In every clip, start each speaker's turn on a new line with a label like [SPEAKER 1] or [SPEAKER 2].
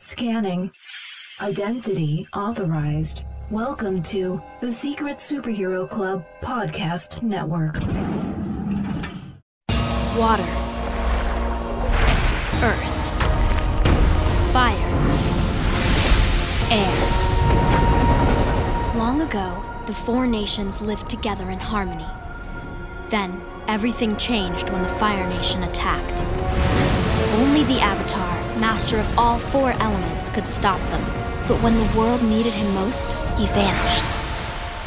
[SPEAKER 1] Scanning. Identity authorized. Welcome to the Secret Superhero Club Podcast Network.
[SPEAKER 2] Water. Earth. Fire. Air. Long ago, the four nations lived together in harmony. Then, everything changed when the Fire Nation attacked. Only the Avatar, master of all four elements, could stop them. But when the world needed him most, he vanished.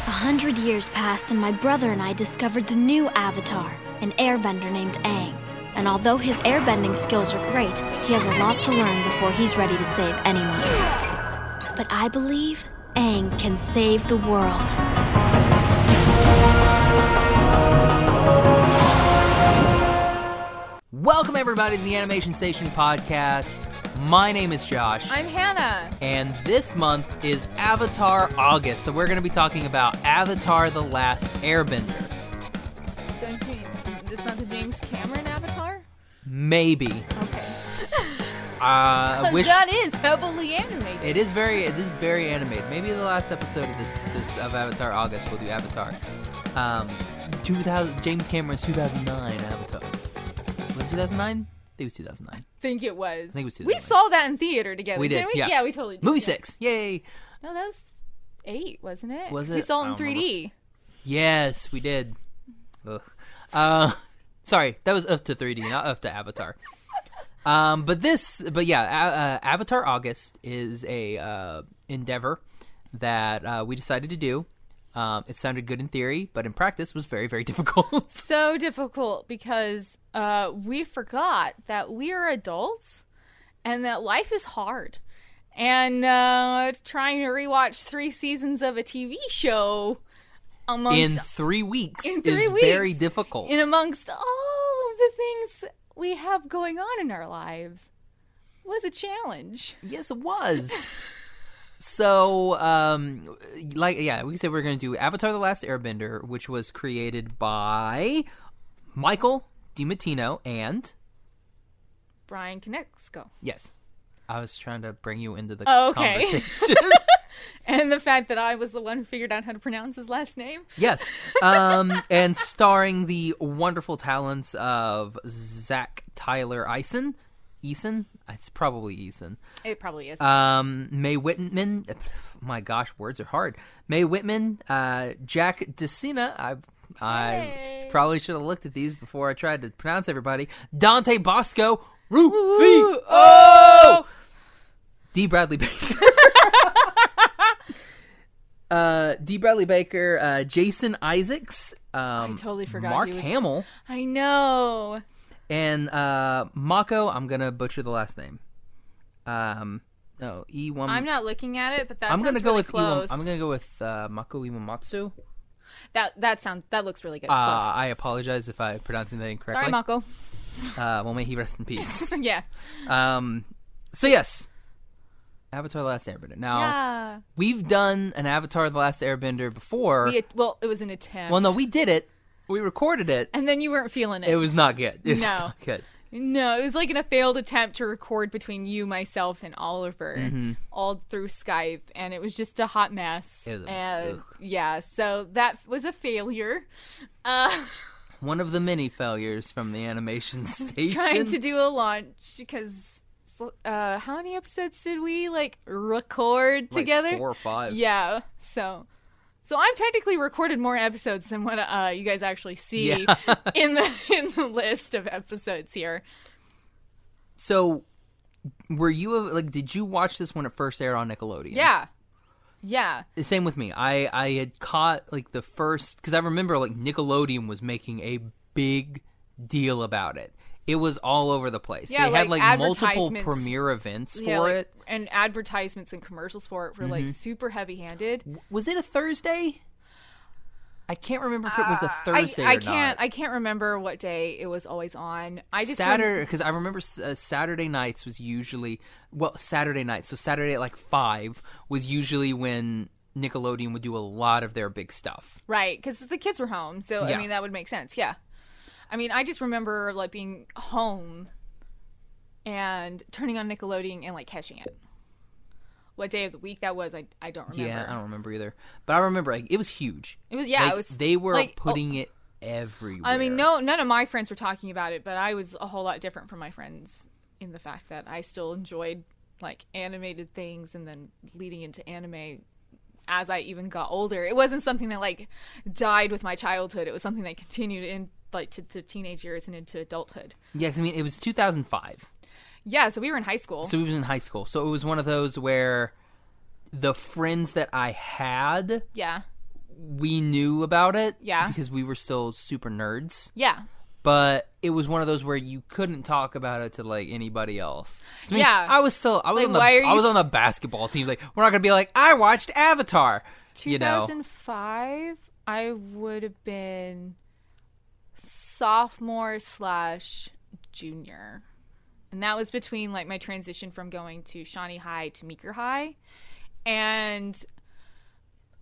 [SPEAKER 2] A hundred years passed, and my brother and I discovered the new Avatar, an airbender named Aang. And although his airbending skills are great, he has a lot to learn before he's ready to save anyone. But I believe Aang can save the world.
[SPEAKER 3] Welcome, everybody, to the Animation Station podcast. My name is Josh,
[SPEAKER 4] I'm Hannah.
[SPEAKER 3] and this month is Avatar August. So, we're going to be talking about Avatar The Last Airbender.
[SPEAKER 4] Don't you? It's not the James Cameron Avatar.
[SPEAKER 3] Maybe.
[SPEAKER 4] Okay.
[SPEAKER 3] Uh, wish
[SPEAKER 4] that is heavily animated.
[SPEAKER 3] it is very it is very animated. Maybe the last episode of this this of Avatar August we'll do Avatar. Um, 2000 James Cameron's 2009 Avatar. Was it 2009? I think it was 2009.
[SPEAKER 4] think it was.
[SPEAKER 3] think it was
[SPEAKER 4] We
[SPEAKER 3] 2008.
[SPEAKER 4] saw that in theater together.
[SPEAKER 3] We did,
[SPEAKER 4] not we?
[SPEAKER 3] yeah.
[SPEAKER 4] we totally did.
[SPEAKER 3] Movie
[SPEAKER 4] yeah.
[SPEAKER 3] six, yay!
[SPEAKER 4] No, that was eight, wasn't it?
[SPEAKER 3] Was
[SPEAKER 4] 'Cause We
[SPEAKER 3] it?
[SPEAKER 4] saw
[SPEAKER 3] I
[SPEAKER 4] it in
[SPEAKER 3] don't
[SPEAKER 4] 3D.
[SPEAKER 3] Yes, we did. Ugh. Uh, sorry, that was up to 3D, not up to Avatar. Um, but this, but yeah, A- uh, Avatar August is a uh, endeavor that uh, we decided to do. Um, it sounded good in theory, but in practice was very, very difficult.
[SPEAKER 4] So difficult because uh, we forgot that we are adults and that life is hard. And uh, trying to rewatch three seasons of a TV show amongst
[SPEAKER 3] in three weeks
[SPEAKER 4] In three
[SPEAKER 3] is very
[SPEAKER 4] weeks.
[SPEAKER 3] difficult.
[SPEAKER 4] in amongst all of the things we have going on in our lives was a challenge.
[SPEAKER 3] Yes, it was. so, um, like, yeah, we said we are going to do Avatar: The Last Airbender, which was created by Michael DiMattino and
[SPEAKER 4] Brian Konexko.
[SPEAKER 3] yes, I was trying to bring you into the
[SPEAKER 4] Oh, okay.
[SPEAKER 3] conversation.
[SPEAKER 4] And the fact that I was the one who figured out how to pronounce his last name.
[SPEAKER 3] yes, um, and starring the wonderful talents of Zach Tyler Eason. Eason, it's probably Eason.
[SPEAKER 4] It probably is.
[SPEAKER 3] Um, May Whitman. My gosh, words are hard. May Whitman, uh, Jack DeCina. I I
[SPEAKER 4] Yay.
[SPEAKER 3] probably should have looked at these before I tried to pronounce everybody. Dante Bosco, Rufi,
[SPEAKER 4] Ooh, oh!
[SPEAKER 3] D. Bradley Baker. Uh, D. Bradley Baker, uh, Jason Isaacs, um,
[SPEAKER 4] totally forgot
[SPEAKER 3] Mark
[SPEAKER 4] he was-
[SPEAKER 3] Hamill,
[SPEAKER 4] I know.
[SPEAKER 3] and uh, Mako. I'm gonna butcher the last name. Um, no, E. One.
[SPEAKER 4] I'm not looking at it, but that
[SPEAKER 3] I'm
[SPEAKER 4] sounds
[SPEAKER 3] gonna go
[SPEAKER 4] really
[SPEAKER 3] with Iwam,
[SPEAKER 4] close.
[SPEAKER 3] I'm gonna go with uh, Mako Iwamatsu.
[SPEAKER 4] That that sounds that looks really good.
[SPEAKER 3] Uh,
[SPEAKER 4] Close.
[SPEAKER 3] I apologize if I pronounced that incorrectly.
[SPEAKER 4] Sorry, Mako.
[SPEAKER 3] Uh, well, may he rest in peace.
[SPEAKER 4] yeah.
[SPEAKER 3] um, so yes, Avatar: The Last Airbender. Now
[SPEAKER 4] Yeah.
[SPEAKER 3] we've done an Avatar: The Last Airbender before.
[SPEAKER 4] We, well, it was an attempt.
[SPEAKER 3] well, no, we did it. We recorded it.
[SPEAKER 4] And then you weren't feeling
[SPEAKER 3] It was not good. It was
[SPEAKER 4] No.
[SPEAKER 3] not good.
[SPEAKER 4] No, it was like in a failed attempt to record between you, myself, and Oliver, all through Skype, and it was just a hot mess.
[SPEAKER 3] Mm-hmm. It was a-
[SPEAKER 4] and
[SPEAKER 3] ugh.
[SPEAKER 4] yeah, so that was a failure. Uh,
[SPEAKER 3] One of the many failures from the animation station.
[SPEAKER 4] trying to do a launch because uh, how many episodes did we like record
[SPEAKER 3] like,
[SPEAKER 4] together?
[SPEAKER 3] four or five.
[SPEAKER 4] Yeah, so. So I've technically recorded more episodes than what uh, you guys actually see
[SPEAKER 3] Yeah.
[SPEAKER 4] in the in the list of episodes here.
[SPEAKER 3] So, were you like? Did you watch this when it first aired on Nickelodeon?
[SPEAKER 4] Yeah, yeah.
[SPEAKER 3] The same with me. I I had caught like the first because I remember like Nickelodeon was making a big deal about it. It was all over the place.
[SPEAKER 4] Yeah,
[SPEAKER 3] they had
[SPEAKER 4] like,
[SPEAKER 3] like multiple
[SPEAKER 4] advertisements.
[SPEAKER 3] premiere events for
[SPEAKER 4] Yeah, like-
[SPEAKER 3] it. Mm-hmm.
[SPEAKER 4] And advertisements and commercials for it were like super heavy handed.
[SPEAKER 3] Was it a Thursday? I can't remember if it was a
[SPEAKER 4] Uh, I,
[SPEAKER 3] Thursday.
[SPEAKER 4] I
[SPEAKER 3] or
[SPEAKER 4] can't
[SPEAKER 3] Not.
[SPEAKER 4] I can't remember what day it was always on. I just rem-
[SPEAKER 3] Saturday because I remember s- uh, Saturday nights was usually well Saturday nights. So Saturday at like five was usually when Nickelodeon would do a lot of their big stuff.
[SPEAKER 4] right because the kids were home, so
[SPEAKER 3] Yeah.
[SPEAKER 4] I mean that would make sense. Yeah, I mean I just remember like being home and turning on Nickelodeon and like catching it. what day of the week that was, I, I don't remember.
[SPEAKER 3] Yeah, I don't remember either. But I remember like, it was huge.
[SPEAKER 4] It was yeah,
[SPEAKER 3] Like,
[SPEAKER 4] it was
[SPEAKER 3] They were
[SPEAKER 4] like, oh,
[SPEAKER 3] putting it everywhere.
[SPEAKER 4] I mean, no, none of my friends were talking about it, but I was a whole lot different from my friends in the fact that I still enjoyed like animated things and then leading into anime as I even got older. It wasn't something that like died with my childhood. It was something that continued in like to, to teenage years and into adulthood.
[SPEAKER 3] Yes, I mean it was 2005,
[SPEAKER 4] Yeah, so we were in high school.
[SPEAKER 3] so we was in high school. So it was one of those where the friends that I had,
[SPEAKER 4] yeah.
[SPEAKER 3] we knew about it,
[SPEAKER 4] Yeah.
[SPEAKER 3] because we were still super nerds.
[SPEAKER 4] Yeah.
[SPEAKER 3] But it was one of those where you couldn't talk about it to like anybody else. So, I mean,
[SPEAKER 4] Yeah.
[SPEAKER 3] I was still I was
[SPEAKER 4] Like,
[SPEAKER 3] on the
[SPEAKER 4] why are
[SPEAKER 3] I
[SPEAKER 4] you
[SPEAKER 3] was on
[SPEAKER 4] st-
[SPEAKER 3] the basketball team. Like we're not gonna be like I watched Avatar. You know,
[SPEAKER 4] 2005, I would have been sophomore slash junior. And that was between like my transition from going to Shawnee High to Meeker High. And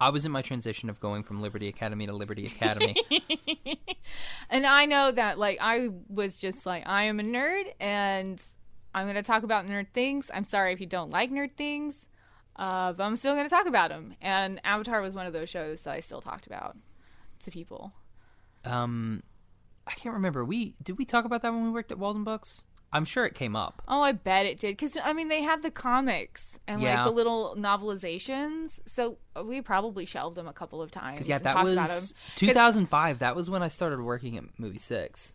[SPEAKER 3] I was in my transition of going from Liberty Academy to Liberty Academy.
[SPEAKER 4] and I know that like I was just like I am a nerd and I'm going to talk about nerd things. I'm sorry if you don't like nerd things. Uh, but I'm still going to talk about them. And Avatar was one of those shows that I still talked about to people.
[SPEAKER 3] um, I can't remember. We did we talk about that when we worked at Walden Books? I'm sure it came up.
[SPEAKER 4] Oh, I bet it did. Because, I mean, they had the comics and
[SPEAKER 3] Yeah.
[SPEAKER 4] like the little novelizations. So uh, we probably shelved them a couple of times.
[SPEAKER 3] 'Cause, Yeah,
[SPEAKER 4] and
[SPEAKER 3] that
[SPEAKER 4] talked about 'em.
[SPEAKER 3] was 2005. That was when I started working at Movie Six.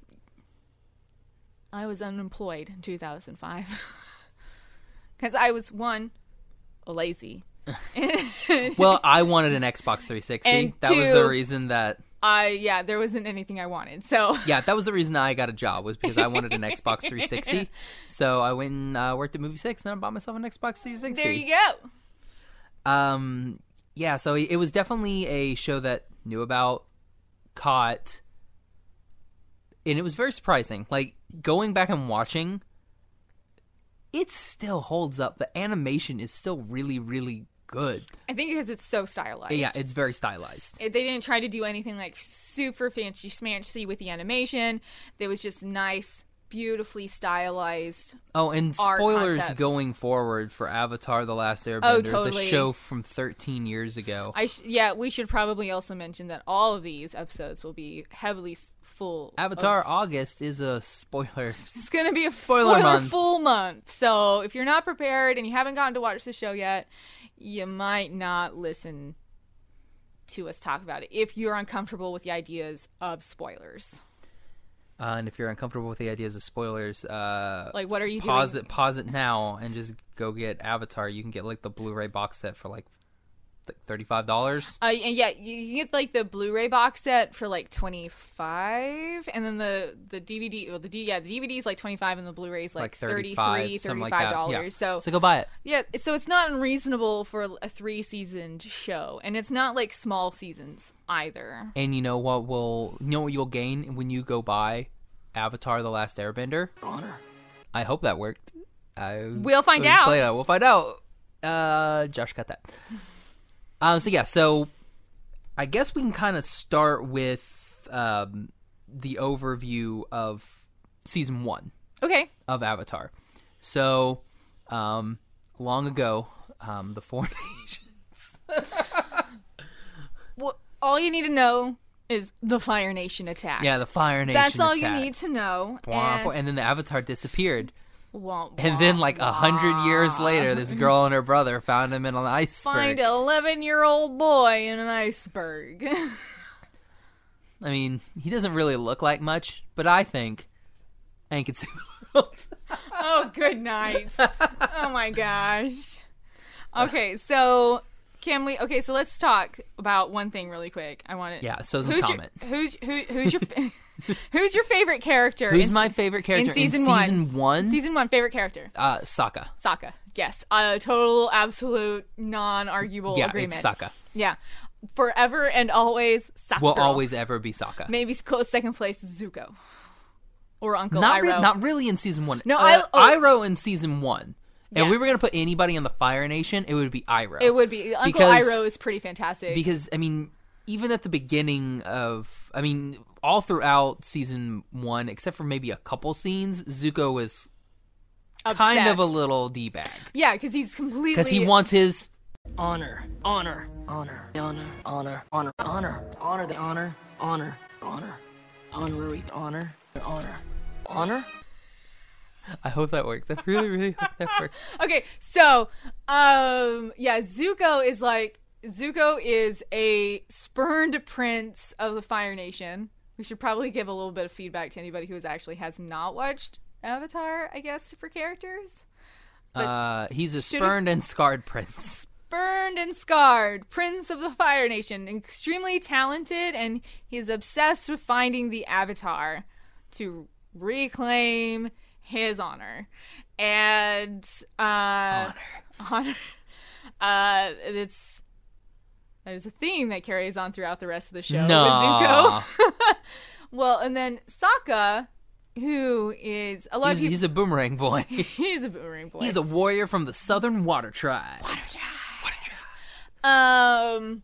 [SPEAKER 4] I was unemployed in 2005. Because I was, one, lazy.
[SPEAKER 3] Well, I wanted an Xbox 360.
[SPEAKER 4] And
[SPEAKER 3] that was the
[SPEAKER 4] two-
[SPEAKER 3] reason that
[SPEAKER 4] I, yeah, there wasn't anything I wanted. So,
[SPEAKER 3] yeah, that was the reason I got a job was because I wanted an Xbox 360. So I went and uh, worked at Movie Six, and I bought myself an Xbox 360.
[SPEAKER 4] there you go.
[SPEAKER 3] Um, yeah, so it was definitely a show that knew about, caught, and it was very surprising. Like going back and watching, it still holds up. The animation is still really, really good.
[SPEAKER 4] I think because it's so stylized.
[SPEAKER 3] Yeah, it's very stylized.
[SPEAKER 4] It- they didn't try to do anything like super fancy smanchy with the animation. It was just nice, beautifully stylized.
[SPEAKER 3] Oh, and
[SPEAKER 4] Our
[SPEAKER 3] spoilers
[SPEAKER 4] concept. Oh,
[SPEAKER 3] going forward for Avatar: The Last Airbender,
[SPEAKER 4] totally.
[SPEAKER 3] the show from 13 years ago.
[SPEAKER 4] I sh- yeah, we should probably also mention that all of these episodes will be heavily s- full. of-
[SPEAKER 3] Avatar August is a spoiler.
[SPEAKER 4] it's going to be a
[SPEAKER 3] Spoiler
[SPEAKER 4] spoiler,
[SPEAKER 3] month.
[SPEAKER 4] full month. So if you're not prepared and you haven't gotten to watch the show yet, you might not listen to us talk about it if you're uncomfortable with the ideas of spoilers.
[SPEAKER 3] Uh, and if you're uncomfortable with the ideas of spoilers, uh,
[SPEAKER 4] Like, what are you
[SPEAKER 3] pause
[SPEAKER 4] doing?
[SPEAKER 3] it pause it now and just go get avatar you can get like the blu-ray box set for like th- $35
[SPEAKER 4] Uh, and yeah, you you get like the Blu-ray box set for like twenty five, and then the the DVD, well, the D, yeah, the DVD is like twenty five, and the Blu-ray is like, thirty three, thirty
[SPEAKER 3] something
[SPEAKER 4] five
[SPEAKER 3] like that.
[SPEAKER 4] dollars.
[SPEAKER 3] Yeah.
[SPEAKER 4] So
[SPEAKER 3] go buy it
[SPEAKER 4] yeah, so it's not unreasonable for a three season show, and it's not like small seasons either.
[SPEAKER 3] and you know what will you know what you'll gain when you go buy avatar the last airbender honor i hope that worked I,
[SPEAKER 4] We'll find
[SPEAKER 3] we'll just
[SPEAKER 4] out.
[SPEAKER 3] play it we'll find out uh josh got that um so yeah so i guess we can kind of start with um the overview of season one
[SPEAKER 4] Okay,
[SPEAKER 3] of Avatar. So, um, long ago, um, the Four Nations.
[SPEAKER 4] well, all you need to know is the Fire Nation attack.
[SPEAKER 3] Yeah, the Fire Nation.
[SPEAKER 4] that's all
[SPEAKER 3] attacked.
[SPEAKER 4] you need to know.
[SPEAKER 3] Blah, blah,
[SPEAKER 4] and
[SPEAKER 3] and then the Avatar disappeared.
[SPEAKER 4] womp,
[SPEAKER 3] And
[SPEAKER 4] womp.
[SPEAKER 3] then, like a hundred years later, this girl and her brother found him in an iceberg.
[SPEAKER 4] find an eleven year old boy in an iceberg.
[SPEAKER 3] I mean, he doesn't really look like much, but I think Aang can see the world.
[SPEAKER 4] Oh, good night. oh my gosh.
[SPEAKER 3] Uh.
[SPEAKER 4] Okay, so can we? Okay, so let's talk about one thing really quick. I want to.
[SPEAKER 3] Yeah, so is my
[SPEAKER 4] who's
[SPEAKER 3] comment.
[SPEAKER 4] Your, who's who, who's your fa- who's your favorite character?
[SPEAKER 3] Who's
[SPEAKER 4] in
[SPEAKER 3] my favorite character
[SPEAKER 4] season
[SPEAKER 3] in
[SPEAKER 4] one.
[SPEAKER 3] season one?
[SPEAKER 4] season one favorite character?
[SPEAKER 3] uh, Sokka.
[SPEAKER 4] Sokka. Yes, a total, absolute, non-arguable
[SPEAKER 3] Yeah,
[SPEAKER 4] agreement.
[SPEAKER 3] it's Sokka.
[SPEAKER 4] Yeah, forever and always. Sokka.
[SPEAKER 3] Will
[SPEAKER 4] girl.
[SPEAKER 3] always ever be Sokka.
[SPEAKER 4] Maybe close second place Zuko, or Uncle
[SPEAKER 3] not re-
[SPEAKER 4] Iroh.
[SPEAKER 3] not really in season one.
[SPEAKER 4] No,
[SPEAKER 3] uh,
[SPEAKER 4] I- oh.
[SPEAKER 3] Iroh in season one. And we
[SPEAKER 4] Yes.
[SPEAKER 3] were gonna put anybody on the Fire Nation, it would be Iroh.
[SPEAKER 4] it would be Uncle
[SPEAKER 3] Because-
[SPEAKER 4] Iroh is pretty fantastic.
[SPEAKER 3] because I mean, even at the beginning of, I mean, all throughout season one, except for maybe a couple scenes, Zuko was kind of a
[SPEAKER 4] Obsessed.
[SPEAKER 3] little d bag
[SPEAKER 4] Yeah, because he's completely.
[SPEAKER 3] because he wants his
[SPEAKER 5] honor, honor, honor, honor, honor, honor, honor, honor, the honor, honor, honor, honorary honor, honor, honor.
[SPEAKER 3] I hope that works. I really, really hope that works.
[SPEAKER 4] Okay, so um yeah, Zuko is like Zuko is a spurned prince of the Fire Nation. We should probably give a little bit of feedback to anybody who has actually has not watched Avatar, I guess, for characters.
[SPEAKER 3] Uh, he's a
[SPEAKER 4] should've-
[SPEAKER 3] spurned and scarred prince.
[SPEAKER 4] Burned and scarred, prince of the Fire Nation, extremely talented, and he's obsessed with finding the Avatar to reclaim his honor. And uh, honor, honor. Uh, it's there's a theme that carries on throughout the rest of the show. with
[SPEAKER 3] No,
[SPEAKER 4] Zuko. well, and then Sokka, who is a lot
[SPEAKER 3] he's,
[SPEAKER 4] of
[SPEAKER 3] he's a boomerang boy.
[SPEAKER 4] people. He's a boomerang boy.
[SPEAKER 3] He's a warrior from the Southern Water Tribe.
[SPEAKER 4] Um,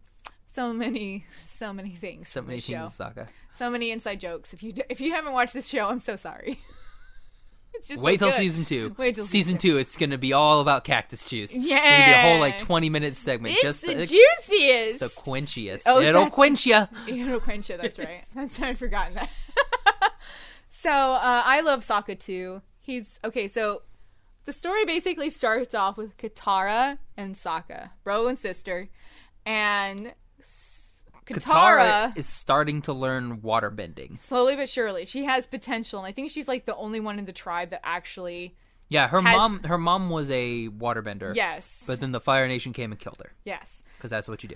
[SPEAKER 4] so many, so many things.
[SPEAKER 3] So
[SPEAKER 4] from
[SPEAKER 3] many
[SPEAKER 4] this show.
[SPEAKER 3] things, Sokka.
[SPEAKER 4] So many inside jokes. If you d- if you haven't watched this show, I'm so sorry. it's just
[SPEAKER 3] Wait
[SPEAKER 4] so
[SPEAKER 3] till
[SPEAKER 4] good.
[SPEAKER 3] season two.
[SPEAKER 4] Wait till
[SPEAKER 3] season two. It's gonna be all about cactus juice. it's gonna be a whole like
[SPEAKER 4] Yeah.
[SPEAKER 3] twenty minute segment.
[SPEAKER 4] It's
[SPEAKER 3] just
[SPEAKER 4] the
[SPEAKER 3] it's
[SPEAKER 4] juiciest.
[SPEAKER 3] the quenchiest.
[SPEAKER 4] Oh,
[SPEAKER 3] It'll
[SPEAKER 4] that's-
[SPEAKER 3] quench ya.
[SPEAKER 4] It'll quench it. That's right. That's I'd forgotten that. so uh, I love Sokka too. He's okay. So the story basically starts off with Katara and Sokka, bro and sister, and s-
[SPEAKER 3] Katara is starting to learn water bending.
[SPEAKER 4] slowly but surely she has potential and i think she's like the only one in the tribe that actually
[SPEAKER 3] Yeah, her
[SPEAKER 4] Has-
[SPEAKER 3] mom. Her mom was a waterbender.
[SPEAKER 4] yes
[SPEAKER 3] But then the Fire Nation came and killed her
[SPEAKER 4] yes
[SPEAKER 3] because that's what you do.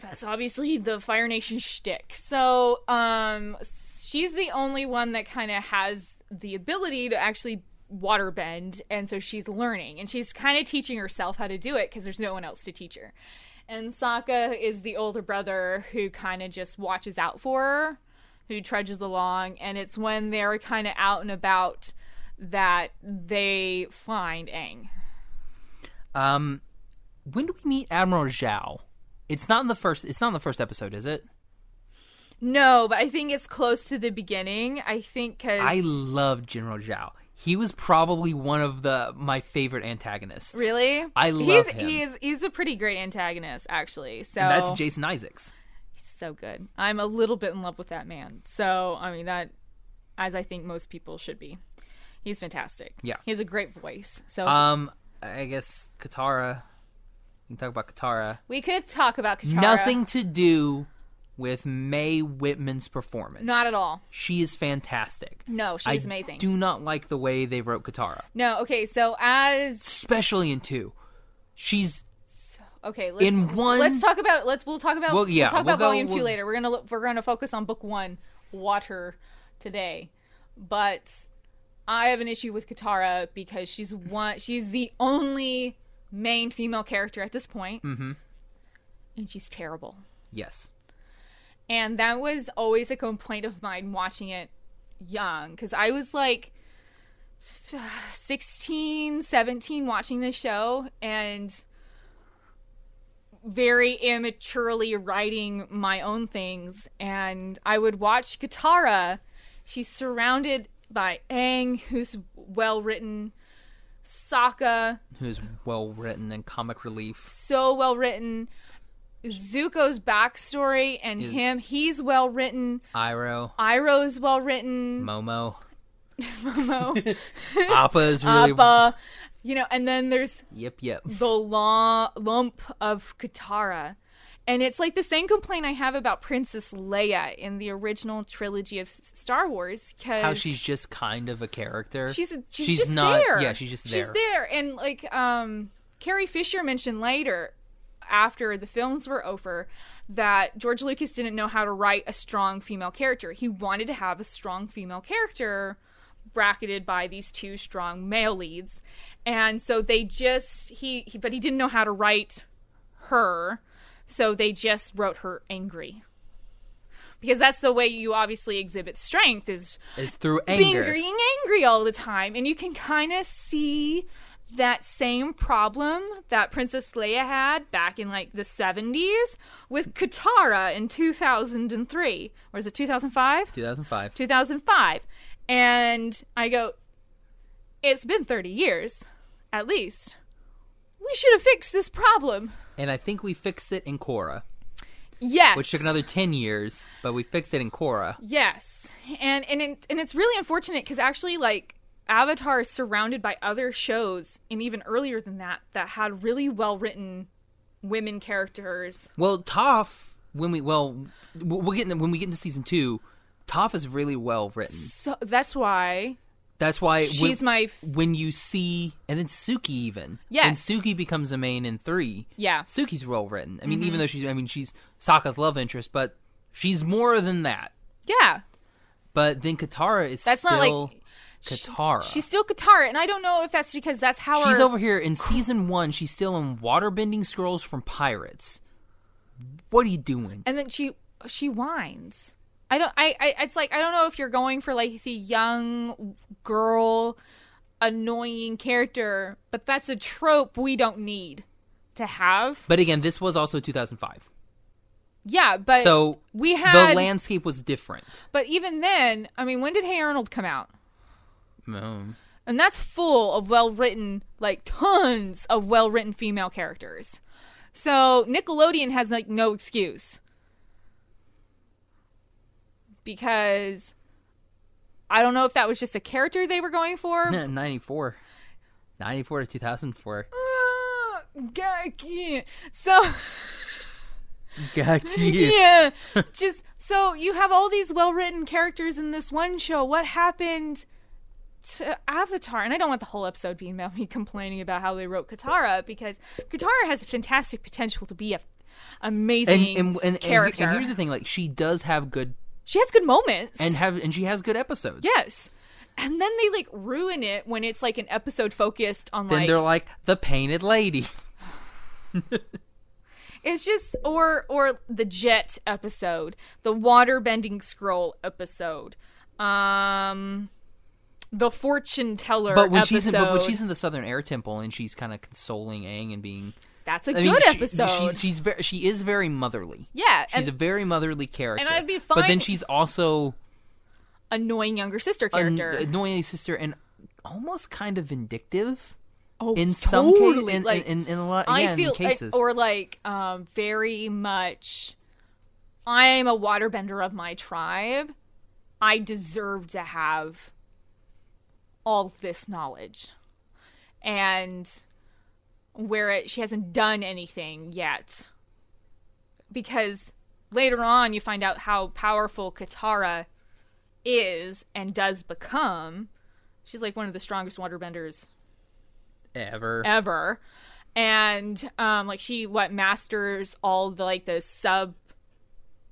[SPEAKER 4] that's obviously the fire nation shtick so um she's the only one that kind of has the ability to actually waterbend and so she's learning and she's kind of teaching herself how to do it because there's no one else to teach her and Sokka is the older brother who kind of just watches out for her who trudges along and it's when they're kind of out and about that they find Aang.
[SPEAKER 3] Um, when do we meet Admiral Zhao? It's not in the first. It's not in the first episode, is it?
[SPEAKER 4] No, but I think it's close to the beginning. I think cuz
[SPEAKER 3] I love General Zhao. He was probably one of the my favorite antagonists.
[SPEAKER 4] Really?
[SPEAKER 3] I love
[SPEAKER 4] he's,
[SPEAKER 3] him.
[SPEAKER 4] He's he's a pretty great antagonist, actually. So
[SPEAKER 3] And that's Jason Isaacs.
[SPEAKER 4] so good. I'm a little bit in love with that man. So I mean that, as I think most people should be. He's fantastic.
[SPEAKER 3] Yeah.
[SPEAKER 4] he has a great voice. So
[SPEAKER 3] Um, I guess Katara. We can talk about Katara.
[SPEAKER 4] we could talk about Katara.
[SPEAKER 3] Nothing to do with Mae Whitman's performance.
[SPEAKER 4] Not at all.
[SPEAKER 3] She is fantastic.
[SPEAKER 4] No,
[SPEAKER 3] I
[SPEAKER 4] she's amazing.
[SPEAKER 3] Do not like the way they wrote Katara,
[SPEAKER 4] No, okay. So as
[SPEAKER 3] especially in two. She's
[SPEAKER 4] okay, let's,
[SPEAKER 3] In one-
[SPEAKER 4] let's talk about let's we'll talk about
[SPEAKER 3] Well, yeah,
[SPEAKER 4] we'll talk
[SPEAKER 3] we'll
[SPEAKER 4] about
[SPEAKER 3] go-
[SPEAKER 4] volume two
[SPEAKER 3] we'll-
[SPEAKER 4] later. We're gonna look, we're gonna focus on book one, water, today, but I have an issue with Katara because she's one she's the only main female character at this point, mm-hmm. and she's terrible.
[SPEAKER 3] yes.
[SPEAKER 4] And that was always a complaint of mine watching it young because I was like f- 16, 17 watching the show and very immaturely writing my own things. And I would watch Katara. She's surrounded by Aang, who's well written, Sokka,
[SPEAKER 3] Who's well written and comic relief.
[SPEAKER 4] so well written. Zuko's backstory and
[SPEAKER 3] Is-
[SPEAKER 4] him, he's well written.
[SPEAKER 3] Iroh,
[SPEAKER 4] Iroh's well written.
[SPEAKER 3] Momo,
[SPEAKER 4] Um, Momo,
[SPEAKER 3] Appa is really
[SPEAKER 4] Appa, you know, and then there's
[SPEAKER 3] Yep, yep.
[SPEAKER 4] the long lump of Katara. And it's like the same complaint I have about Princess Leia in the original trilogy of S- Star Wars. Cause
[SPEAKER 3] How she's just kind of a character.
[SPEAKER 4] she's she's,
[SPEAKER 3] She's
[SPEAKER 4] just
[SPEAKER 3] not-
[SPEAKER 4] there.
[SPEAKER 3] yeah, she's just
[SPEAKER 4] She's
[SPEAKER 3] there.
[SPEAKER 4] there, and like um, Carrie Fisher mentioned later, after the films were over, that George Lucas didn't know how to write a strong female character. He wanted to have a strong female character, bracketed by these two strong male leads, and so they just he, he but he didn't know how to write her, so they just wrote her angry. Because that's the way you obviously exhibit strength is
[SPEAKER 3] is through
[SPEAKER 4] being
[SPEAKER 3] anger.
[SPEAKER 4] being angry all the time and you can kind of see that same problem that princess leia had back in like the 70s with katara in 2003 or is it 2005
[SPEAKER 3] 2005.
[SPEAKER 4] 2005 and i go it's been 30 years, at least. We should have fixed this problem.
[SPEAKER 3] And I think we fixed it in Korra,
[SPEAKER 4] Yes.
[SPEAKER 3] which took another 10 years, but we fixed it in Korra.
[SPEAKER 4] Yes, and and it, and it's really unfortunate because actually, like Avatar is surrounded by other shows, and even earlier than that, that had really well written women characters.
[SPEAKER 3] Well, Toph, when we well, w- we'll get into, when we get into season two, Toph is really well written.
[SPEAKER 4] So that's why
[SPEAKER 3] That's why when-
[SPEAKER 4] she's my f-
[SPEAKER 3] when you see and then Suki even and
[SPEAKER 4] Yes.
[SPEAKER 3] Suki becomes a main in three.
[SPEAKER 4] Yeah. Mm-hmm.
[SPEAKER 3] Suki's well written. I mean, even though she's I mean she's Sokka's love interest, but she's more than that.
[SPEAKER 4] yeah.
[SPEAKER 3] But then Katara is
[SPEAKER 4] That's not
[SPEAKER 3] still
[SPEAKER 4] like
[SPEAKER 3] Katara.
[SPEAKER 4] she's still Katara, and I don't know if that's because that's how
[SPEAKER 3] She's
[SPEAKER 4] her-
[SPEAKER 3] over here in season one. She's still in waterbending scrolls from pirates. What are you doing?
[SPEAKER 4] and then she she whines. I don't. I, I. It's like I don't know if you're going for like the young girl, annoying character, but that's a trope we don't need to have.
[SPEAKER 3] But again, this was also 2005,
[SPEAKER 4] yeah, but
[SPEAKER 3] so
[SPEAKER 4] we had.
[SPEAKER 3] the landscape was different.
[SPEAKER 4] but even then, I mean, when did Hey Arnold come out?
[SPEAKER 3] Mm.
[SPEAKER 4] And that's full of well written, like tons of well written female characters. So Nickelodeon has like no excuse. Because I don't know if that was just a character they were going for.
[SPEAKER 3] 94, 94 to 2004.
[SPEAKER 4] Ah, gaki. so
[SPEAKER 3] God, yeah.
[SPEAKER 4] yeah. just so you have all these well written characters in this one show. What happened to Avatar? And I don't want the whole episode being about me complaining about how they wrote Katara because Katara has fantastic potential to be a
[SPEAKER 3] and
[SPEAKER 4] amazing
[SPEAKER 3] and, and, and,
[SPEAKER 4] character.
[SPEAKER 3] and here's the thing like she does have good
[SPEAKER 4] she has good moments.
[SPEAKER 3] and have and she has good episodes
[SPEAKER 4] yes. And then they like ruin it when it's like an episode focused on
[SPEAKER 3] then
[SPEAKER 4] like
[SPEAKER 3] they're like the painted lady
[SPEAKER 4] It's just or or the jet episode, the water bending scroll episode, um, the fortune teller.
[SPEAKER 3] but when
[SPEAKER 4] episode,
[SPEAKER 3] she's in, but when she's in the southern air temple and she's kind of consoling aang and being
[SPEAKER 4] that's a
[SPEAKER 3] I mean,
[SPEAKER 4] good
[SPEAKER 3] she-
[SPEAKER 4] episode.
[SPEAKER 3] she, she's very she is very motherly
[SPEAKER 4] yeah,
[SPEAKER 3] she's
[SPEAKER 4] and
[SPEAKER 3] a very motherly character
[SPEAKER 4] I'd be
[SPEAKER 3] but
[SPEAKER 4] fine-
[SPEAKER 3] then she's also
[SPEAKER 4] annoying younger sister
[SPEAKER 3] an
[SPEAKER 4] character.
[SPEAKER 3] annoying sister and almost kind of vindictive
[SPEAKER 4] oh,
[SPEAKER 3] in some
[SPEAKER 4] totally.
[SPEAKER 3] cases in,
[SPEAKER 4] like
[SPEAKER 3] in, in, in a lot
[SPEAKER 4] I
[SPEAKER 3] yeah, in
[SPEAKER 4] feel
[SPEAKER 3] cases
[SPEAKER 4] or like um very much. I'm a waterbender of my tribe. I deserve to have all this knowledge. and where it, she hasn't done anything yet. Because later on, you find out how powerful Katara is and does become. She's like one of the strongest waterbenders
[SPEAKER 3] ever
[SPEAKER 4] ever. And um, like she what masters all the like the sub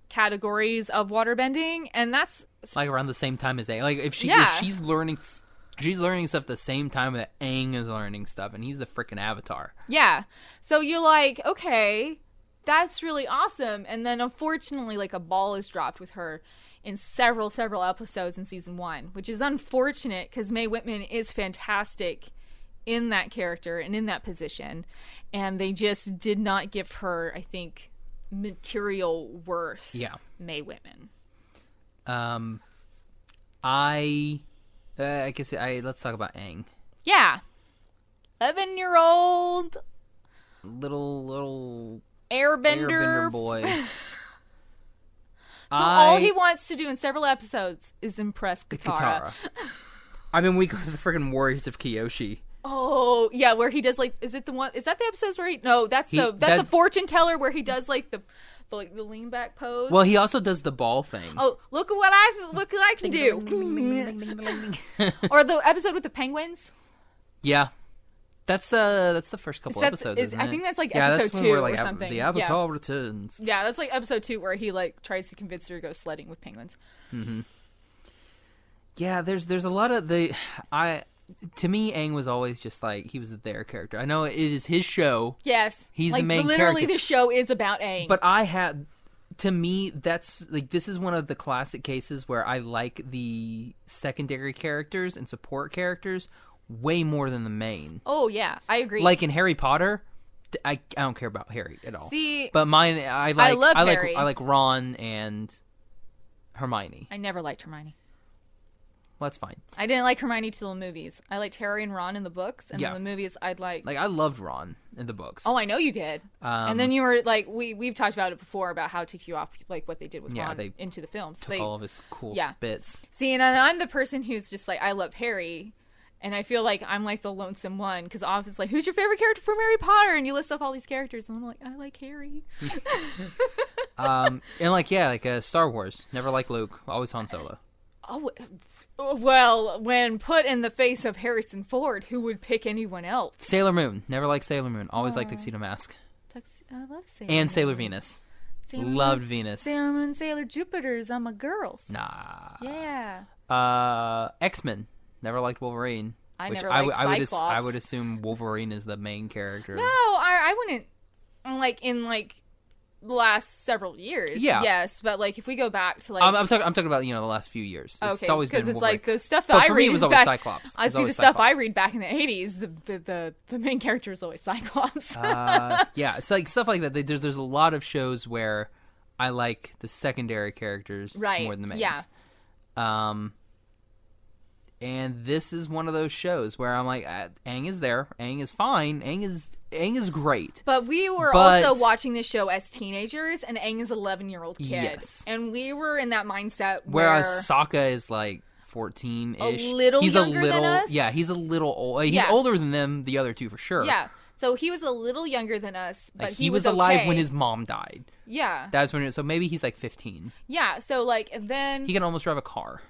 [SPEAKER 4] categories of waterbending and that's
[SPEAKER 3] like around the same time as Aang. Like if she
[SPEAKER 4] Yeah.
[SPEAKER 3] if she's learning s- she's learning stuff the same time that Aang is learning stuff and he's the freaking avatar.
[SPEAKER 4] Yeah. So you're like, okay, that's really awesome. And then unfortunately, like a ball is dropped with her in several, several episodes in season one, which is unfortunate because Mae Whitman is fantastic in that character and in that position. And they just did not give her, I think, material worth.
[SPEAKER 3] Yeah.
[SPEAKER 4] Mae Whitman.
[SPEAKER 3] Um I uh, I guess I let's talk about Aang.
[SPEAKER 4] Yeah. 11 year old
[SPEAKER 3] Little little
[SPEAKER 4] airbender.
[SPEAKER 3] airbender boy.
[SPEAKER 4] All
[SPEAKER 3] I-
[SPEAKER 4] he wants to do in several episodes is impress Katara.
[SPEAKER 3] Katara. I mean we go to the freaking Warriors of Kyoshi.
[SPEAKER 4] Oh yeah, where he does like is it the one is that the episodes where he no that's
[SPEAKER 3] He-
[SPEAKER 4] the that's
[SPEAKER 3] that-
[SPEAKER 4] the fortune teller where he does like the the like the lean back pose.
[SPEAKER 3] Well he also does the ball thing.
[SPEAKER 4] oh look at what I look what I can do. or the episode with the penguins.
[SPEAKER 3] Yeah. That's the that's the first couple
[SPEAKER 4] that-
[SPEAKER 3] episodes.
[SPEAKER 4] is-
[SPEAKER 3] isn't
[SPEAKER 4] I
[SPEAKER 3] it?
[SPEAKER 4] think that's, like,
[SPEAKER 3] yeah,
[SPEAKER 4] episode
[SPEAKER 3] that's when
[SPEAKER 4] two
[SPEAKER 3] we're,
[SPEAKER 4] or
[SPEAKER 3] like, av-
[SPEAKER 4] something.
[SPEAKER 3] The
[SPEAKER 4] Yeah.
[SPEAKER 3] Avatar returns.
[SPEAKER 4] Yeah, that's like episode two where he like tries to convince her to go sledding with penguins.
[SPEAKER 3] Yeah, there's there's a lot of the I to me Aang was always just like he was their character. I know it is his show,
[SPEAKER 4] Yes,
[SPEAKER 3] He's the
[SPEAKER 4] like,
[SPEAKER 3] main
[SPEAKER 4] Literally,
[SPEAKER 3] character.
[SPEAKER 4] the show is about Aang.
[SPEAKER 3] but I had to me that's like this is one of the classic cases where I like the secondary characters and support characters way more than the main.
[SPEAKER 4] oh yeah, I agree.
[SPEAKER 3] Like in Harry Potter, d- I, I don't care about Harry at all.
[SPEAKER 4] see,
[SPEAKER 3] but mine I like I,
[SPEAKER 4] love
[SPEAKER 3] like
[SPEAKER 4] Harry.
[SPEAKER 3] I like Ron and Hermione.
[SPEAKER 4] I never liked Hermione.
[SPEAKER 3] Well, that's fine.
[SPEAKER 4] I didn't like Hermione till the movies. I liked Harry and Ron in the books, and
[SPEAKER 3] Yeah.
[SPEAKER 4] in the movies, I'd like.
[SPEAKER 3] Like I loved Ron in the books.
[SPEAKER 4] oh, I know you did. and
[SPEAKER 3] Um,
[SPEAKER 4] then you were like, we we've talked about it before about how it took you off like what they did with
[SPEAKER 3] Yeah,
[SPEAKER 4] Ron
[SPEAKER 3] they
[SPEAKER 4] into the films.
[SPEAKER 3] took
[SPEAKER 4] They-
[SPEAKER 3] all of his cool
[SPEAKER 4] yeah.
[SPEAKER 3] bits.
[SPEAKER 4] See, and I- I'm the person who's just like, I love Harry. And I feel like I'm like the lonesome one because often's like, who's your favorite character from Harry Potter? And you list off all these characters, and I'm like, I like Harry.
[SPEAKER 3] Um, and like yeah, like uh, Star Wars. Never like Luke. Always Han Solo.
[SPEAKER 4] Oh, well, when put in the face of Harrison Ford, who would pick anyone else?
[SPEAKER 3] Sailor Moon. Never like Sailor Moon. Always like Tuxedo Mask
[SPEAKER 4] Tux- I love Sailor
[SPEAKER 3] and Sailor Venus.
[SPEAKER 4] Sailor
[SPEAKER 3] Loved
[SPEAKER 4] Moon-
[SPEAKER 3] Venus.
[SPEAKER 4] Sailor Moon, Sailor Jupiter's. I'm a girl.
[SPEAKER 3] nah.
[SPEAKER 4] Yeah.
[SPEAKER 3] Uh, X Men. Never liked Wolverine.
[SPEAKER 4] I
[SPEAKER 3] which
[SPEAKER 4] never
[SPEAKER 3] I, w-
[SPEAKER 4] liked
[SPEAKER 3] I would as- I
[SPEAKER 4] Cyclops.
[SPEAKER 3] would assume Wolverine is the main character.
[SPEAKER 4] No, I, I wouldn't. Like in like the last several years.
[SPEAKER 3] Yeah.
[SPEAKER 4] Yes, but like if we go back to like
[SPEAKER 3] I'm, I'm talking. I'm talking about you know the last few years. It's
[SPEAKER 4] Okay,
[SPEAKER 3] always
[SPEAKER 4] because
[SPEAKER 3] been
[SPEAKER 4] it's like
[SPEAKER 3] Wolverine.
[SPEAKER 4] the stuff that
[SPEAKER 3] But
[SPEAKER 4] I
[SPEAKER 3] for
[SPEAKER 4] read
[SPEAKER 3] me, it was
[SPEAKER 4] is
[SPEAKER 3] always
[SPEAKER 4] back-
[SPEAKER 3] Cyclops. It
[SPEAKER 4] I
[SPEAKER 3] was
[SPEAKER 4] see the
[SPEAKER 3] always
[SPEAKER 4] stuff I
[SPEAKER 3] Cyclops.
[SPEAKER 4] read back in the eighties. The, the the the main character is always Cyclops.
[SPEAKER 3] uh, yeah, it's like stuff like that. They- There's there's a lot of shows where I like the secondary characters
[SPEAKER 4] Right,
[SPEAKER 3] more than the mains.
[SPEAKER 4] yeah.
[SPEAKER 3] Um, and this is one of those shows where I'm like, uh, Aang is there. Aang is fine. Aang is Aang is great.
[SPEAKER 4] but we were
[SPEAKER 3] but-
[SPEAKER 4] also watching this show as teenagers, and Aang is eleven year old kid,
[SPEAKER 3] Yes.
[SPEAKER 4] and we were in that mindset where
[SPEAKER 3] Whereas Sokka is like 14 ish.
[SPEAKER 4] A little
[SPEAKER 3] he's
[SPEAKER 4] younger
[SPEAKER 3] a
[SPEAKER 4] than
[SPEAKER 3] little,
[SPEAKER 4] us?
[SPEAKER 3] Yeah, he's a little old. He's
[SPEAKER 4] Yeah.
[SPEAKER 3] older than them, the other two for sure.
[SPEAKER 4] yeah. So he was a little younger than us, but
[SPEAKER 3] Like, he, was,
[SPEAKER 4] was,
[SPEAKER 3] alive
[SPEAKER 4] okay.
[SPEAKER 3] when his mom died.
[SPEAKER 4] yeah
[SPEAKER 3] That's when. It, so maybe he's like 15.
[SPEAKER 4] yeah. So like and then
[SPEAKER 3] He can almost drive a car.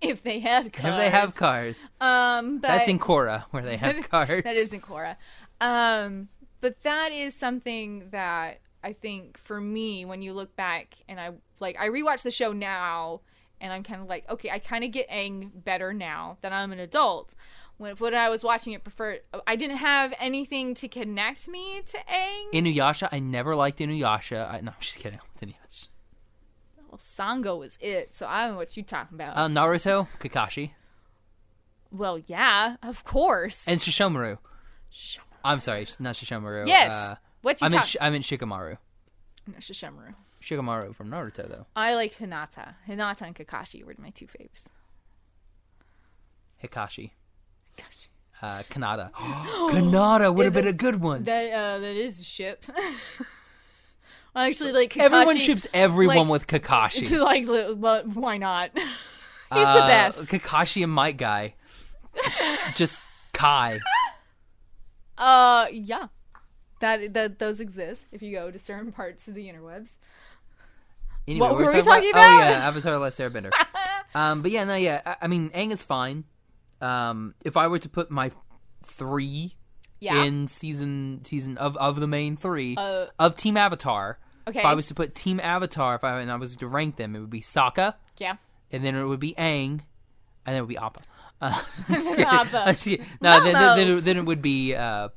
[SPEAKER 4] if they had cars,
[SPEAKER 3] If they have cars,
[SPEAKER 4] um, but
[SPEAKER 3] that's in Korra where they have cars.
[SPEAKER 4] That isn't Cora. Um, but that is something that I think for me, when you look back and I like, I rewatch the show now, and I'm kind of like, okay, I kind of get Aang better now that I'm an adult. When when I was watching it, preferred I didn't have anything to connect me to Aang.
[SPEAKER 3] Inuyasha. I never liked Inuyasha. I, no, I'm just kidding. With Inuyasha.
[SPEAKER 4] well, Sango was it, so I don't know what you talking about.
[SPEAKER 3] Uh, Naruto, Kakashi,
[SPEAKER 4] well, yeah, of course.
[SPEAKER 3] and Shishomaru. I'm sorry, not Shishomaru.
[SPEAKER 4] yes,
[SPEAKER 3] Uh,
[SPEAKER 4] what you
[SPEAKER 3] I'm in,
[SPEAKER 4] talking?
[SPEAKER 3] Sh- I'm in Shikamaru.
[SPEAKER 4] no, Shishamaru.
[SPEAKER 3] Shikamaru from Naruto, though.
[SPEAKER 4] I like Hinata. Hinata and Kakashi were my two faves.
[SPEAKER 3] Hikashi. Uh, Kanata. Kanata would have been a good one.
[SPEAKER 4] That uh, that is a ship. Actually, like Kakashi,
[SPEAKER 3] everyone ships everyone
[SPEAKER 4] like-
[SPEAKER 3] with Kakashi.
[SPEAKER 4] Like, li- but why not? He's the
[SPEAKER 3] Uh,
[SPEAKER 4] best.
[SPEAKER 3] Kakashi and Might Guy. Just, just Kai.
[SPEAKER 4] Uh, yeah, that that those exist if you go to certain parts of the interwebs.
[SPEAKER 3] Anyway,
[SPEAKER 4] What were we talking
[SPEAKER 3] Oh
[SPEAKER 4] about?
[SPEAKER 3] yeah, Avatar: The Last Airbender. um, but yeah, no, yeah. I, I mean, Aang is fine. Um, if I were to put my three
[SPEAKER 4] Yeah. Uh,
[SPEAKER 3] in season season of of the main three of Team Avatar,
[SPEAKER 4] Okay.
[SPEAKER 3] if I was to put Team Avatar, if I and I was to rank them, it would be Sokka,
[SPEAKER 4] yeah.
[SPEAKER 3] and then it would be Aang, and then it would be Appa. Uh, just kidding.
[SPEAKER 4] Appa.
[SPEAKER 3] I'm just kidding. no, then, then, then,
[SPEAKER 4] Momo.
[SPEAKER 3] it, then it would be, uh,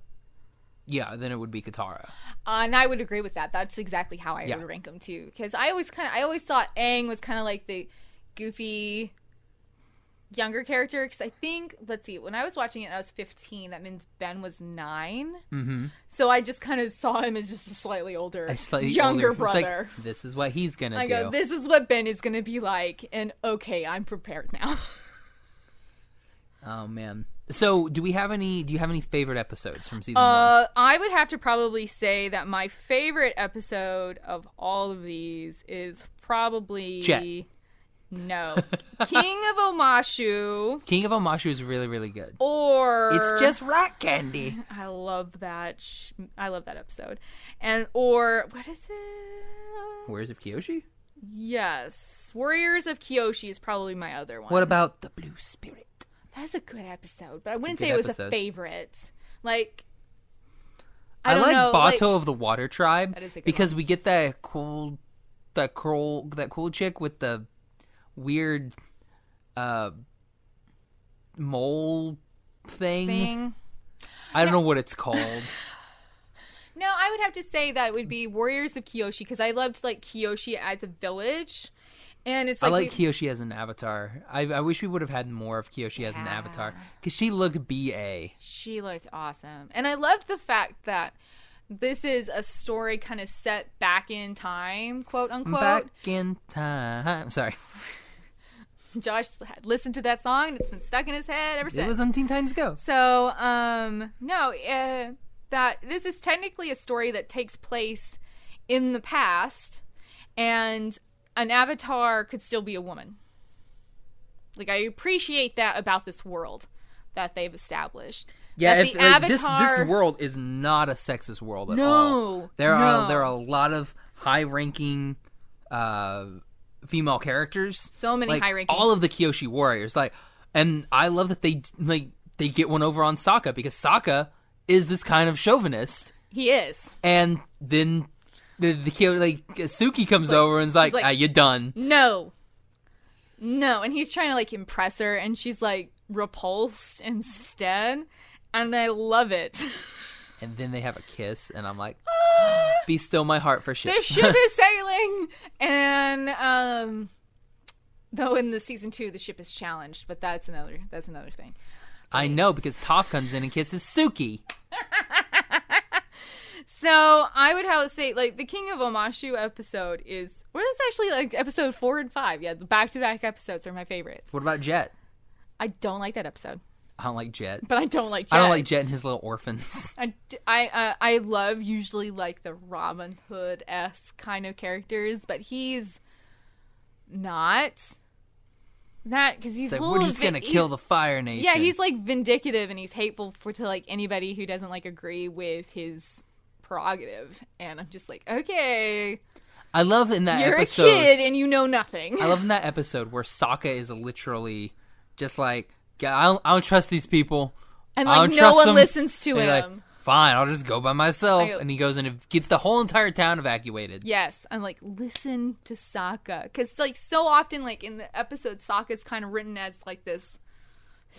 [SPEAKER 3] yeah, then it would be Katara.
[SPEAKER 4] Uh, and I would agree with that. That's exactly how I
[SPEAKER 3] Yeah.
[SPEAKER 4] would rank them too. Because I always kind of, I always thought Aang was kind of like the goofy younger character. Because I think, let's see, when I was watching it, I was fifteen. That means Ben was 9 Mm-hmm. So I just kind of saw him as just a slightly older,
[SPEAKER 3] A slightly
[SPEAKER 4] younger
[SPEAKER 3] older- it's like,
[SPEAKER 4] brother.
[SPEAKER 3] this is what he's gonna
[SPEAKER 4] I
[SPEAKER 3] do.
[SPEAKER 4] go, this is what Ben is going to be like, and okay, I'm prepared now.
[SPEAKER 3] Oh man. So, do we have any? Do you have any favorite episodes from season one?
[SPEAKER 4] Uh, I would have to probably say that my favorite episode of all of these is probably
[SPEAKER 3] Jet.
[SPEAKER 4] no King of Omashu
[SPEAKER 3] King of Omashu is really, really good.
[SPEAKER 4] or
[SPEAKER 3] It's just rat candy.
[SPEAKER 4] I love that sh- I love that episode and or what is it
[SPEAKER 3] Where's of Kyoshi?
[SPEAKER 4] yes Warriors of Kyoshi is probably my other one
[SPEAKER 3] What about the Blue Spirit?
[SPEAKER 4] that is a good episode but I wouldn't
[SPEAKER 3] good
[SPEAKER 4] say it was a
[SPEAKER 3] episode.
[SPEAKER 4] favorite like I,
[SPEAKER 3] I,
[SPEAKER 4] don't
[SPEAKER 3] like
[SPEAKER 4] know,
[SPEAKER 3] Bato of the Water Tribe
[SPEAKER 4] That is a good
[SPEAKER 3] because we get that cool, that cool, that cool chick with the weird, uh, mole thing.
[SPEAKER 4] thing.
[SPEAKER 3] I don't know what it's called.
[SPEAKER 4] No, I would have to say that it would be Warriors of Kyoshi because I loved like Kyoshi as a village, and it's
[SPEAKER 3] I
[SPEAKER 4] like,
[SPEAKER 3] like
[SPEAKER 4] we-
[SPEAKER 3] Kyoshi as an avatar. I, I wish we would have had more of Kyoshi as an avatar because she looked ba.
[SPEAKER 4] she looked awesome, and I loved the fact that this is a story kind of set back in time, quote unquote.
[SPEAKER 3] Back in time. Sorry.
[SPEAKER 4] Josh had listened to that song and it's been stuck in his head ever since.
[SPEAKER 3] It was on Teen Titans Go.
[SPEAKER 4] So, um, no, uh, that this is technically a story that takes place in the past, and an avatar could still be a woman. Like I appreciate that about this world that they've established.
[SPEAKER 3] Yeah,
[SPEAKER 4] that
[SPEAKER 3] if, like, this this world is not a sexist world at
[SPEAKER 4] No,
[SPEAKER 3] all. There
[SPEAKER 4] no.
[SPEAKER 3] are there are a lot of high ranking uh female characters.
[SPEAKER 4] So many
[SPEAKER 3] Like,
[SPEAKER 4] high-ranking-
[SPEAKER 3] All of the Kyoshi warriors like and I love that they like they get one over on Sokka because Sokka is this kind of chauvinist
[SPEAKER 4] he is.
[SPEAKER 3] and then the, the Kyo- like Suki comes over and's like,
[SPEAKER 4] like-
[SPEAKER 3] ah, "You done?"
[SPEAKER 4] No. No, and he's trying to like impress her and she's like repulsed instead. And I love it.
[SPEAKER 3] And then they have a kiss and I'm like, "Be still my heart for shit."
[SPEAKER 4] the ship is sailing and um though in the season 2 the ship is challenged, but that's another that's another thing.
[SPEAKER 3] I know because Toph comes in and kisses Suki.
[SPEAKER 4] So, I would have to say like the King of Omashu episode is well, it's actually like episode 4 and 5. Yeah, the back-to-back episodes are my favorites.
[SPEAKER 3] What about Jet?
[SPEAKER 4] I don't like that episode,
[SPEAKER 3] I don't like Jet.
[SPEAKER 4] but I don't like Jet.
[SPEAKER 3] I don't like Jet and his little orphans.
[SPEAKER 4] I, d- I, uh, I love usually like the Robin Hood esque kind of characters, but he's not that because
[SPEAKER 3] It's
[SPEAKER 4] he's
[SPEAKER 3] like
[SPEAKER 4] full
[SPEAKER 3] we're
[SPEAKER 4] of
[SPEAKER 3] just gonna
[SPEAKER 4] vin-
[SPEAKER 3] kill the Fire Nation.
[SPEAKER 4] e- yeah he's like vindictive and he's hateful for to like anybody who doesn't like agree with his prerogative, and I'm just like okay
[SPEAKER 3] I love in that
[SPEAKER 4] you're
[SPEAKER 3] episode.
[SPEAKER 4] a kid and you know nothing.
[SPEAKER 3] I love in that episode where Sokka is literally just like, "Yeah, I don't, I don't trust these people.
[SPEAKER 4] and
[SPEAKER 3] I
[SPEAKER 4] like
[SPEAKER 3] don't
[SPEAKER 4] no
[SPEAKER 3] trust
[SPEAKER 4] one
[SPEAKER 3] them."
[SPEAKER 4] listens to
[SPEAKER 3] And he's like,
[SPEAKER 4] him.
[SPEAKER 3] Fine, I'll just go by myself.
[SPEAKER 4] I go-
[SPEAKER 3] and he goes and gets the whole entire town evacuated.
[SPEAKER 4] Yes, I'm like listen to Sokka because like so often like in the episode Sokka's kind of written as like this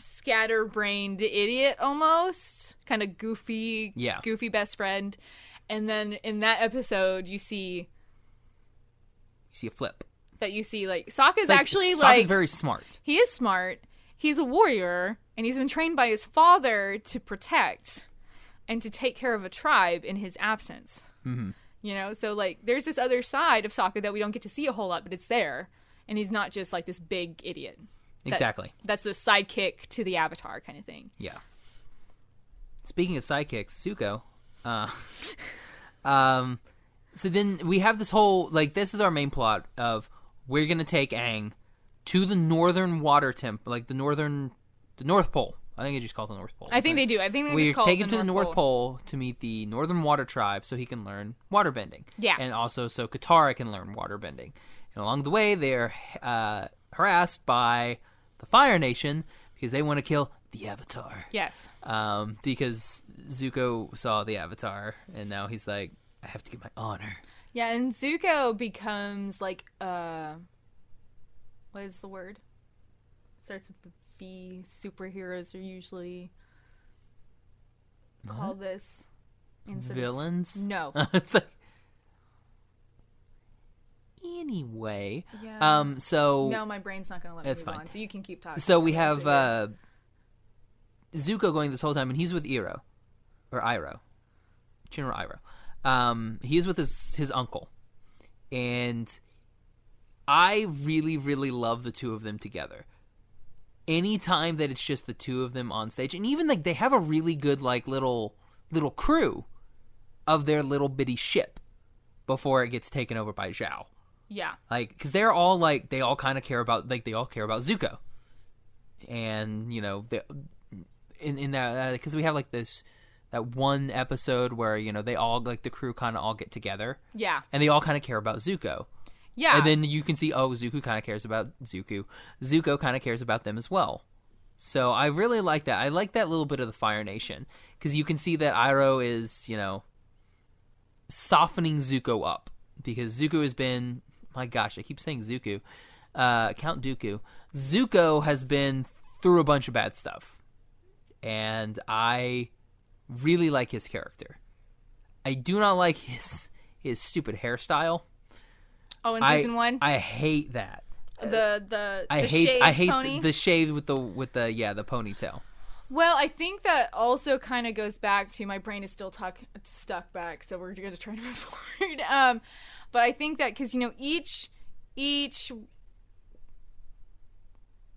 [SPEAKER 4] scatterbrained idiot almost kind of goofy
[SPEAKER 3] Yeah.
[SPEAKER 4] goofy best friend and then in that episode you see
[SPEAKER 3] You see a flip.
[SPEAKER 4] that you see like Sokka's
[SPEAKER 3] Like,
[SPEAKER 4] actually
[SPEAKER 3] Sokka's
[SPEAKER 4] like
[SPEAKER 3] very smart.
[SPEAKER 4] he is smart he's a warrior and he's been trained by his father to protect and to take care of a tribe in his absence you know so like there's this other side of Sokka that we don't get to see a whole lot but it's there and he's not just like this big idiot That-
[SPEAKER 3] Exactly.
[SPEAKER 4] that's the sidekick to the avatar kind of thing
[SPEAKER 3] Yeah. Speaking of sidekicks, Suko. Uh, um, so then we have this whole like this is our main plot of we're gonna take Aang to the northern water temp, like the northern, the North Pole. I think they just call it the North Pole.
[SPEAKER 4] i think they do i think they
[SPEAKER 3] We
[SPEAKER 4] just call
[SPEAKER 3] take
[SPEAKER 4] it
[SPEAKER 3] him to the North Pole. to meet the Northern Water Tribe so he can learn waterbending.
[SPEAKER 4] Yeah.
[SPEAKER 3] And also so Katara can learn waterbending. And along the way, they are uh, harassed by the Fire Nation because they want to kill the Avatar
[SPEAKER 4] yes
[SPEAKER 3] um, because Zuko saw the Avatar, and now he's like, I have to get my honor.
[SPEAKER 4] yeah and zuko becomes like uh what is the word starts with the v superheroes are usually call this instead of-
[SPEAKER 3] Villains?
[SPEAKER 4] No.
[SPEAKER 3] it's like anyway.
[SPEAKER 4] Yeah.
[SPEAKER 3] Um. So
[SPEAKER 4] no, my brain's not gonna let me
[SPEAKER 3] That's
[SPEAKER 4] move
[SPEAKER 3] fine.
[SPEAKER 4] on. So you can keep talking.
[SPEAKER 3] so we
[SPEAKER 4] about
[SPEAKER 3] have
[SPEAKER 4] this later.
[SPEAKER 3] uh, Zuko going this whole time, and he's with Iro, or Iro, General Iro. Um, he is with his his uncle, and I really really love the two of them together. Anytime that it's just the two of them on stage, and even like they have a really good like little little crew of their little bitty ship before it gets taken over by Zhao
[SPEAKER 4] yeah,
[SPEAKER 3] like because they're all like they all kind of care about like they all care about Zuko, and you know they, in in that because we have like this that one episode where you know they all like the crew kind of all get together
[SPEAKER 4] yeah,
[SPEAKER 3] and they all kind of care about Zuko,
[SPEAKER 4] yeah.
[SPEAKER 3] and then you can see oh Zuko kind of cares about Zuko, Zuko kind of cares about them as well. So I really like that. I like that little bit of the Fire Nation because you can see that Iroh is you know softening Zuko up because Zuko has been my gosh, I keep saying Zuko, uh, Count Dooku. Zuko has been through a bunch of bad stuff, and I really like his character. I do not like his his stupid hairstyle.
[SPEAKER 4] oh, in
[SPEAKER 3] I-
[SPEAKER 4] season one,
[SPEAKER 3] I hate that.
[SPEAKER 4] the the
[SPEAKER 3] I
[SPEAKER 4] the
[SPEAKER 3] hate
[SPEAKER 4] shaved
[SPEAKER 3] I hate
[SPEAKER 4] pony.
[SPEAKER 3] the, the shave with the with the yeah the ponytail.
[SPEAKER 4] well, I think that also kind of goes back to my brain is still tuck, stuck back, so we're gonna try to move forward. Um, but I think that because you know each each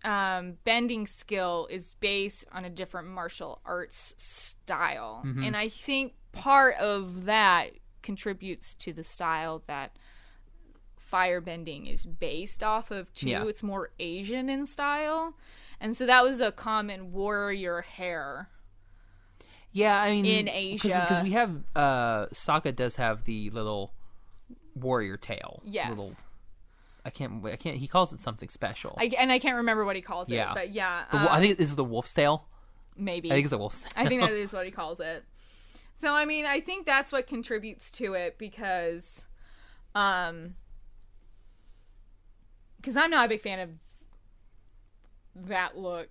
[SPEAKER 4] um, bending skill is based on a different martial arts style.
[SPEAKER 3] Mm-hmm.
[SPEAKER 4] And I think part of that contributes to the style that firebending is based off of, too.
[SPEAKER 3] Yeah.
[SPEAKER 4] It's more Asian in style. And so that was a common warrior hair.
[SPEAKER 3] Yeah, I mean,
[SPEAKER 4] In
[SPEAKER 3] because
[SPEAKER 4] Asia.
[SPEAKER 3] we have uh, Sokka does have the little warrior tail.
[SPEAKER 4] Yes.
[SPEAKER 3] Little, I can't. I can't. He calls it something special.
[SPEAKER 4] I, and I can't remember what he calls
[SPEAKER 3] Yeah.
[SPEAKER 4] it, but yeah,
[SPEAKER 3] The wo-
[SPEAKER 4] uh,
[SPEAKER 3] I think is it the wolf's tail.
[SPEAKER 4] maybe.
[SPEAKER 3] I think it's a wolf's tail.
[SPEAKER 4] I think that is what he calls it. So I mean, I think that's what contributes to it because um cuz I'm not a big fan of that look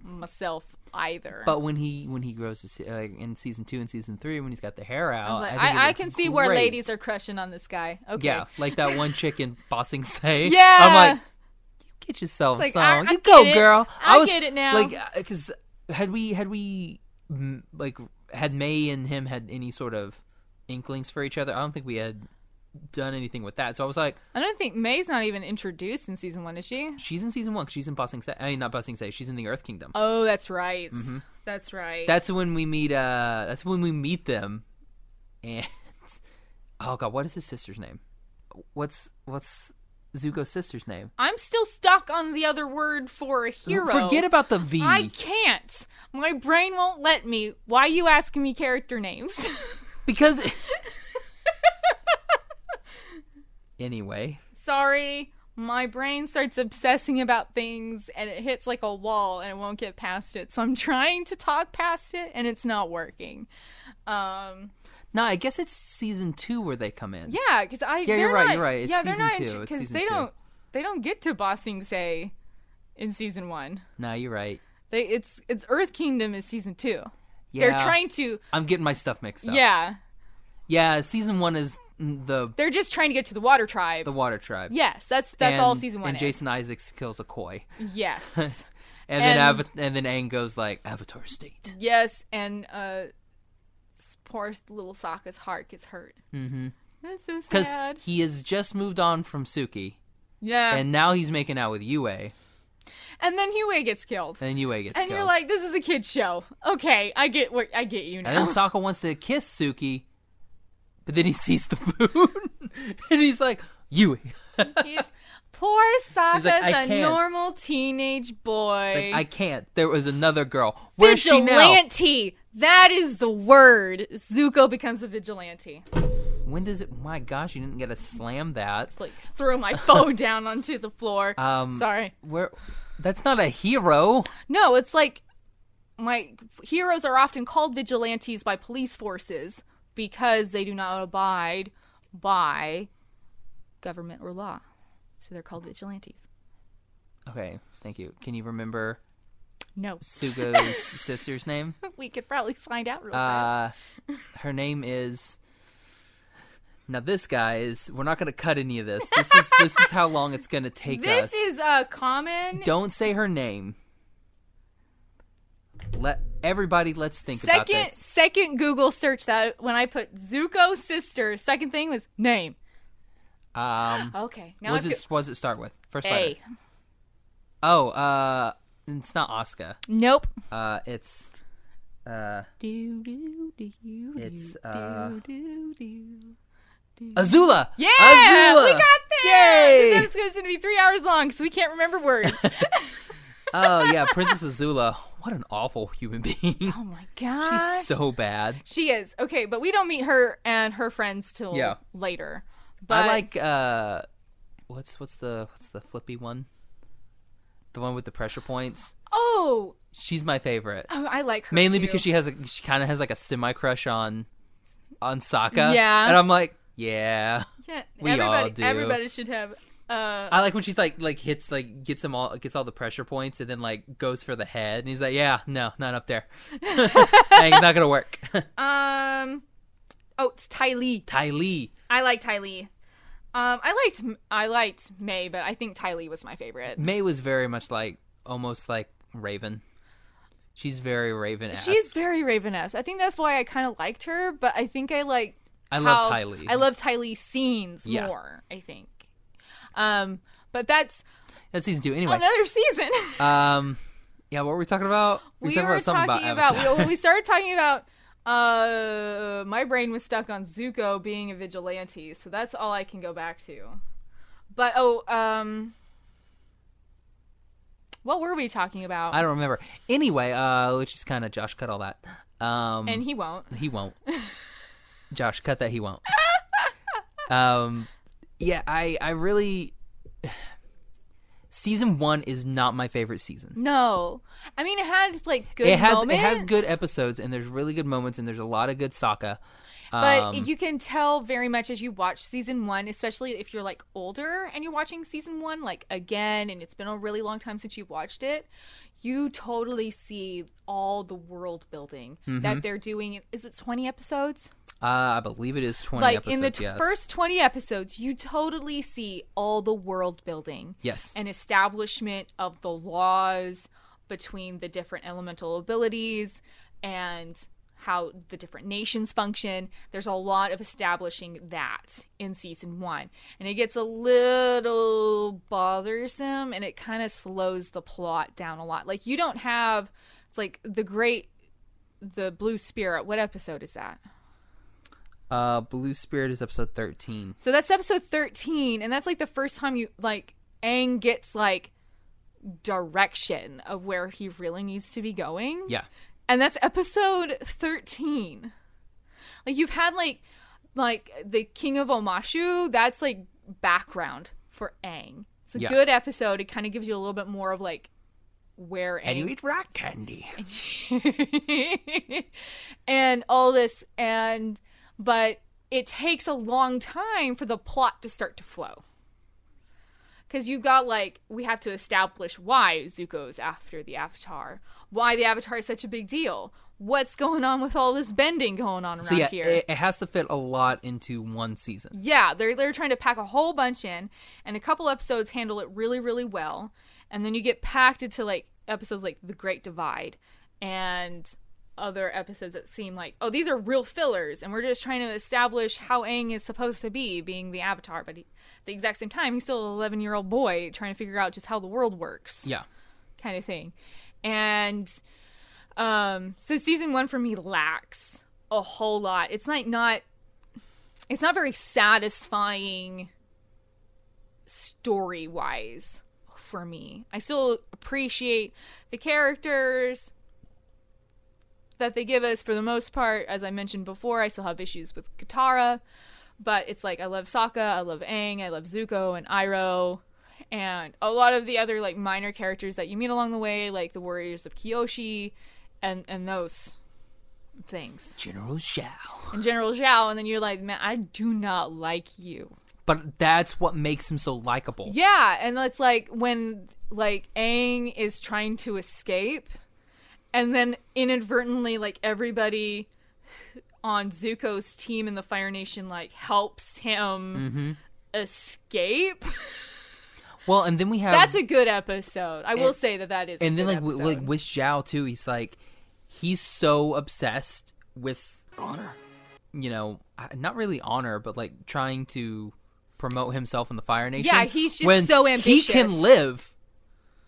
[SPEAKER 4] myself either.
[SPEAKER 3] But when he when he grows his, uh, in season two and season three, when he's got the hair out,
[SPEAKER 4] I, was like,
[SPEAKER 3] uh, think it
[SPEAKER 4] I, I
[SPEAKER 3] looks
[SPEAKER 4] can see where
[SPEAKER 3] great.
[SPEAKER 4] ladies are crushing on this guy. Okay.
[SPEAKER 3] Yeah, like that one chick in Bossing Say.
[SPEAKER 4] Yeah.
[SPEAKER 3] I'm like, you get yourself
[SPEAKER 4] Like,
[SPEAKER 3] some.
[SPEAKER 4] I- I
[SPEAKER 3] you go,
[SPEAKER 4] get it.
[SPEAKER 3] girl.
[SPEAKER 4] I
[SPEAKER 3] was
[SPEAKER 4] get it now.
[SPEAKER 3] Like, because had we had we mm, like had May and him had any sort of inklings for each other? I don't think we had done anything with that. So I was like,
[SPEAKER 4] I don't think May's not even introduced in season 1, is she?
[SPEAKER 3] she's in season one. 'cause she's in Bossing Say. I mean, not Bossing Say. She's in the Earth Kingdom.
[SPEAKER 4] Oh, that's right. That's right.
[SPEAKER 3] Mm-hmm. That's when we meet. uh That's when we meet them, and oh god, what is his sister's name? What's what's Zuko's sister's name?
[SPEAKER 4] I'm still stuck on the other word for a hero.
[SPEAKER 3] Forget about the V.
[SPEAKER 4] I can't. My brain won't let me. Why you asking me character names?
[SPEAKER 3] Because. anyway,
[SPEAKER 4] Sorry, my brain starts obsessing about things and it hits like a wall and it won't get past it. So I'm trying to talk past it and it's not working. Um,
[SPEAKER 3] no, I guess it's season two where they come in.
[SPEAKER 4] yeah, because I
[SPEAKER 3] Yeah, you're
[SPEAKER 4] they're
[SPEAKER 3] right,
[SPEAKER 4] not-
[SPEAKER 3] you're right. It's
[SPEAKER 4] yeah, they're
[SPEAKER 3] season
[SPEAKER 4] not
[SPEAKER 3] two.
[SPEAKER 4] intro-
[SPEAKER 3] It's
[SPEAKER 4] 'cause
[SPEAKER 3] season
[SPEAKER 4] they
[SPEAKER 3] two.
[SPEAKER 4] don't they don't get to bossing say in season one.
[SPEAKER 3] No, you're right.
[SPEAKER 4] They it's it's Earth Kingdom is season two.
[SPEAKER 3] Yeah,
[SPEAKER 4] They're trying to
[SPEAKER 3] I'm getting my stuff mixed up.
[SPEAKER 4] yeah.
[SPEAKER 3] yeah. Season one is the
[SPEAKER 4] They're just trying to get to the Water Tribe.
[SPEAKER 3] the Water Tribe.
[SPEAKER 4] yes, that's that's all
[SPEAKER 3] And-
[SPEAKER 4] season one.
[SPEAKER 3] And
[SPEAKER 4] is.
[SPEAKER 3] Jason Isaacs kills a koi,
[SPEAKER 4] Yes.
[SPEAKER 3] and, then
[SPEAKER 4] And-
[SPEAKER 3] Ava- and then Aang goes like Avatar State.
[SPEAKER 4] yes, and uh s- poor little Sokka's heart gets hurt. Mm-hmm. That's so
[SPEAKER 3] because
[SPEAKER 4] sad.
[SPEAKER 3] he has just moved on from Suki,
[SPEAKER 4] Yeah. And,
[SPEAKER 3] and now he's making out with Yue, and
[SPEAKER 4] then Huey gets killed.
[SPEAKER 3] then Yue gets
[SPEAKER 4] and
[SPEAKER 3] killed.
[SPEAKER 4] you're like, this is a kid's show. Okay, I get what I get you
[SPEAKER 3] and then
[SPEAKER 4] now.
[SPEAKER 3] Sokka wants to kiss Suki, but then he sees the moon, and he's like, "Yue."
[SPEAKER 4] He's, poor Sokka's
[SPEAKER 3] "I
[SPEAKER 4] a
[SPEAKER 3] can't."
[SPEAKER 4] normal teenage boy.
[SPEAKER 3] Like, I can't. There was another girl. Where's she now?
[SPEAKER 4] vigilante. That is the word. Zuko becomes a vigilante.
[SPEAKER 3] When does it? My gosh, you didn't get to slam that.
[SPEAKER 4] Like throw my phone down onto the floor.
[SPEAKER 3] Um,
[SPEAKER 4] Sorry.
[SPEAKER 3] Where? That's not a hero.
[SPEAKER 4] No, it's like my heroes are often called vigilantes by police forces because they do not abide by government or law. So they're called vigilantes.
[SPEAKER 3] Okay, thank you. Can you remember
[SPEAKER 4] No.
[SPEAKER 3] Sugo's sister's name?
[SPEAKER 4] We could probably find out real fast.
[SPEAKER 3] Uh, her name is. Now this guy is. We're not going to cut any of this. This is this is how long it's going to take us.
[SPEAKER 4] This is a common
[SPEAKER 3] Don't say her name. Let everybody. Let's think about
[SPEAKER 4] second
[SPEAKER 3] this.
[SPEAKER 4] second Google search that when I put Zuko sister, second thing was name.
[SPEAKER 3] Um,
[SPEAKER 4] Okay. Now
[SPEAKER 3] was
[SPEAKER 4] I've
[SPEAKER 3] it was it start with first
[SPEAKER 4] got-
[SPEAKER 3] letter?
[SPEAKER 4] A.
[SPEAKER 3] Oh, uh, it's not Oscar.
[SPEAKER 4] Nope.
[SPEAKER 3] Uh, it's uh,
[SPEAKER 4] Do, do, do, do,
[SPEAKER 3] It's,
[SPEAKER 4] do,
[SPEAKER 3] uh,
[SPEAKER 4] do, do.
[SPEAKER 3] Azula.
[SPEAKER 4] Yeah,
[SPEAKER 3] Azula!
[SPEAKER 4] we got there.
[SPEAKER 3] Yay!
[SPEAKER 4] This episode's gonna be three hours long because we can't remember words.
[SPEAKER 3] oh yeah, Princess Azula. What an awful human being.
[SPEAKER 4] oh my gosh,
[SPEAKER 3] She's so bad.
[SPEAKER 4] she is okay, but we don't meet her and her friends till
[SPEAKER 3] Yeah.
[SPEAKER 4] later. But
[SPEAKER 3] I like uh what's what's the what's the flippy one? The one with the pressure points.
[SPEAKER 4] oh,
[SPEAKER 3] She's my favorite.
[SPEAKER 4] oh, I like her
[SPEAKER 3] Mainly
[SPEAKER 4] too.
[SPEAKER 3] because she has a she kind of has like a semi crush on on Sokka.
[SPEAKER 4] Yeah.
[SPEAKER 3] And I'm like, yeah.
[SPEAKER 4] yeah,
[SPEAKER 3] we all
[SPEAKER 4] everybody,
[SPEAKER 3] do.
[SPEAKER 4] Everybody should have. Uh,
[SPEAKER 3] I like when she's like like hits like gets him all gets all the pressure points and then like goes for the head and he's like, "Yeah, no, not up there. Ain't not going to work."
[SPEAKER 4] um, oh, it's Ty Lee.
[SPEAKER 3] Ty Lee.
[SPEAKER 4] I like Ty Lee. Um, I liked I liked May, but I think Ty Lee was my favorite.
[SPEAKER 3] May was very much like almost like Raven. She's very Raven-esque.
[SPEAKER 4] She's very Raven-esque. I think that's why I kind of liked her, but I think I like
[SPEAKER 3] I love
[SPEAKER 4] how-
[SPEAKER 3] Ty Lee.
[SPEAKER 4] I love Ty Lee scenes
[SPEAKER 3] Yeah.
[SPEAKER 4] more. I think. Um, but that's
[SPEAKER 3] That's season two. Anyway,
[SPEAKER 4] Another season.
[SPEAKER 3] um, yeah, what were we talking about?
[SPEAKER 4] we were
[SPEAKER 3] something
[SPEAKER 4] talking about,
[SPEAKER 3] Avatar.
[SPEAKER 4] we, we started talking about uh my brain was stuck on Zuko being a vigilante, so that's all I can go back to. But oh, um what were we talking about?
[SPEAKER 3] I don't remember. Anyway, uh, which is kind of Josh cut all that. Um,
[SPEAKER 4] and he won't.
[SPEAKER 3] he won't. Josh, cut that. He won't. um, yeah, I I really season one is not my favorite season.
[SPEAKER 4] No. I mean it had like good
[SPEAKER 3] it has
[SPEAKER 4] moments.
[SPEAKER 3] it has good episodes and there's really good moments and there's a lot of good Sokka.
[SPEAKER 4] But
[SPEAKER 3] Um,
[SPEAKER 4] you can tell very much as you watch season one, especially if you're like older and you're watching season one like again, and it's been a really long time since you've watched it. You totally see all the world building
[SPEAKER 3] Mm-hmm.
[SPEAKER 4] that they're doing. Is it 20 episodes?
[SPEAKER 3] uh, I believe it is twenty
[SPEAKER 4] like
[SPEAKER 3] episodes.
[SPEAKER 4] in the t-
[SPEAKER 3] yes.
[SPEAKER 4] first 20 episodes, you totally see all the world building
[SPEAKER 3] yes,
[SPEAKER 4] an establishment of the laws between the different elemental abilities and how the different nations function. There's a lot of establishing that in season one. And it gets a little bothersome and it kind of slows the plot down a lot. Like, you don't have, it's like the great, the blue spirit. What episode is that?
[SPEAKER 3] uh, Blue Spirit is episode thirteen.
[SPEAKER 4] So that's episode 13 and that's like the first time you like Aang gets like direction of where he really needs to be going.
[SPEAKER 3] Yeah,
[SPEAKER 4] And that's episode 13. Like you've had like like the King of Omashu, that's like background for Aang. It's a
[SPEAKER 3] Yeah.
[SPEAKER 4] good episode. It kind of gives you a little bit more of like where
[SPEAKER 3] and
[SPEAKER 4] Aang
[SPEAKER 3] you eat rock candy.
[SPEAKER 4] and all this and but it takes a long time for the plot to start to flow because you got like we have to establish why zuko's after the avatar why the avatar is such a big deal what's going on with all this bending going on around
[SPEAKER 3] So yeah,
[SPEAKER 4] here
[SPEAKER 3] it, it has to fit a lot into one season.
[SPEAKER 4] yeah, they're they're trying to pack a whole bunch in, and a couple episodes handle it really really well, and then you get packed into like episodes like The Great Divide, and other episodes that seem like oh these are real fillers, and we're just trying to establish how Aang is supposed to be being the Avatar, but he, at the exact same time he's still an eleven year old boy trying to figure out just how the world works
[SPEAKER 3] Yeah,
[SPEAKER 4] kind of thing. And um so season 1 for me lacks a whole lot. It's like not it's not very satisfying story-wise for me. I still appreciate the characters that they give us for the most part. As I mentioned before, I still have issues with Katara, but it's like I love Sokka, I love Aang, I love Zuko and Iroh and a lot of the other like minor characters that you meet along the way, like the Warriors of Kyoshi, and and those things.
[SPEAKER 3] General Zhao.
[SPEAKER 4] And General Zhao, and then you're like, man, I do not like you.
[SPEAKER 3] But that's what makes him so likable.
[SPEAKER 4] Yeah, and it's like when like Aang is trying to escape, and then inadvertently like everybody on Zuko's team in the Fire Nation like helps him
[SPEAKER 3] Mm-hmm.
[SPEAKER 4] escape.
[SPEAKER 3] Um, Well, and then we have
[SPEAKER 4] That's a good episode. I will say that that is. a
[SPEAKER 3] and then
[SPEAKER 4] good
[SPEAKER 3] like w-
[SPEAKER 4] episode.
[SPEAKER 3] like with Zhao too, he's like he's so obsessed with
[SPEAKER 5] honor,
[SPEAKER 3] you know uh, not really honor, but like trying to promote himself in the Fire Nation.
[SPEAKER 4] Yeah, he's just
[SPEAKER 3] when
[SPEAKER 4] so
[SPEAKER 3] He
[SPEAKER 4] ambitious.
[SPEAKER 3] can live,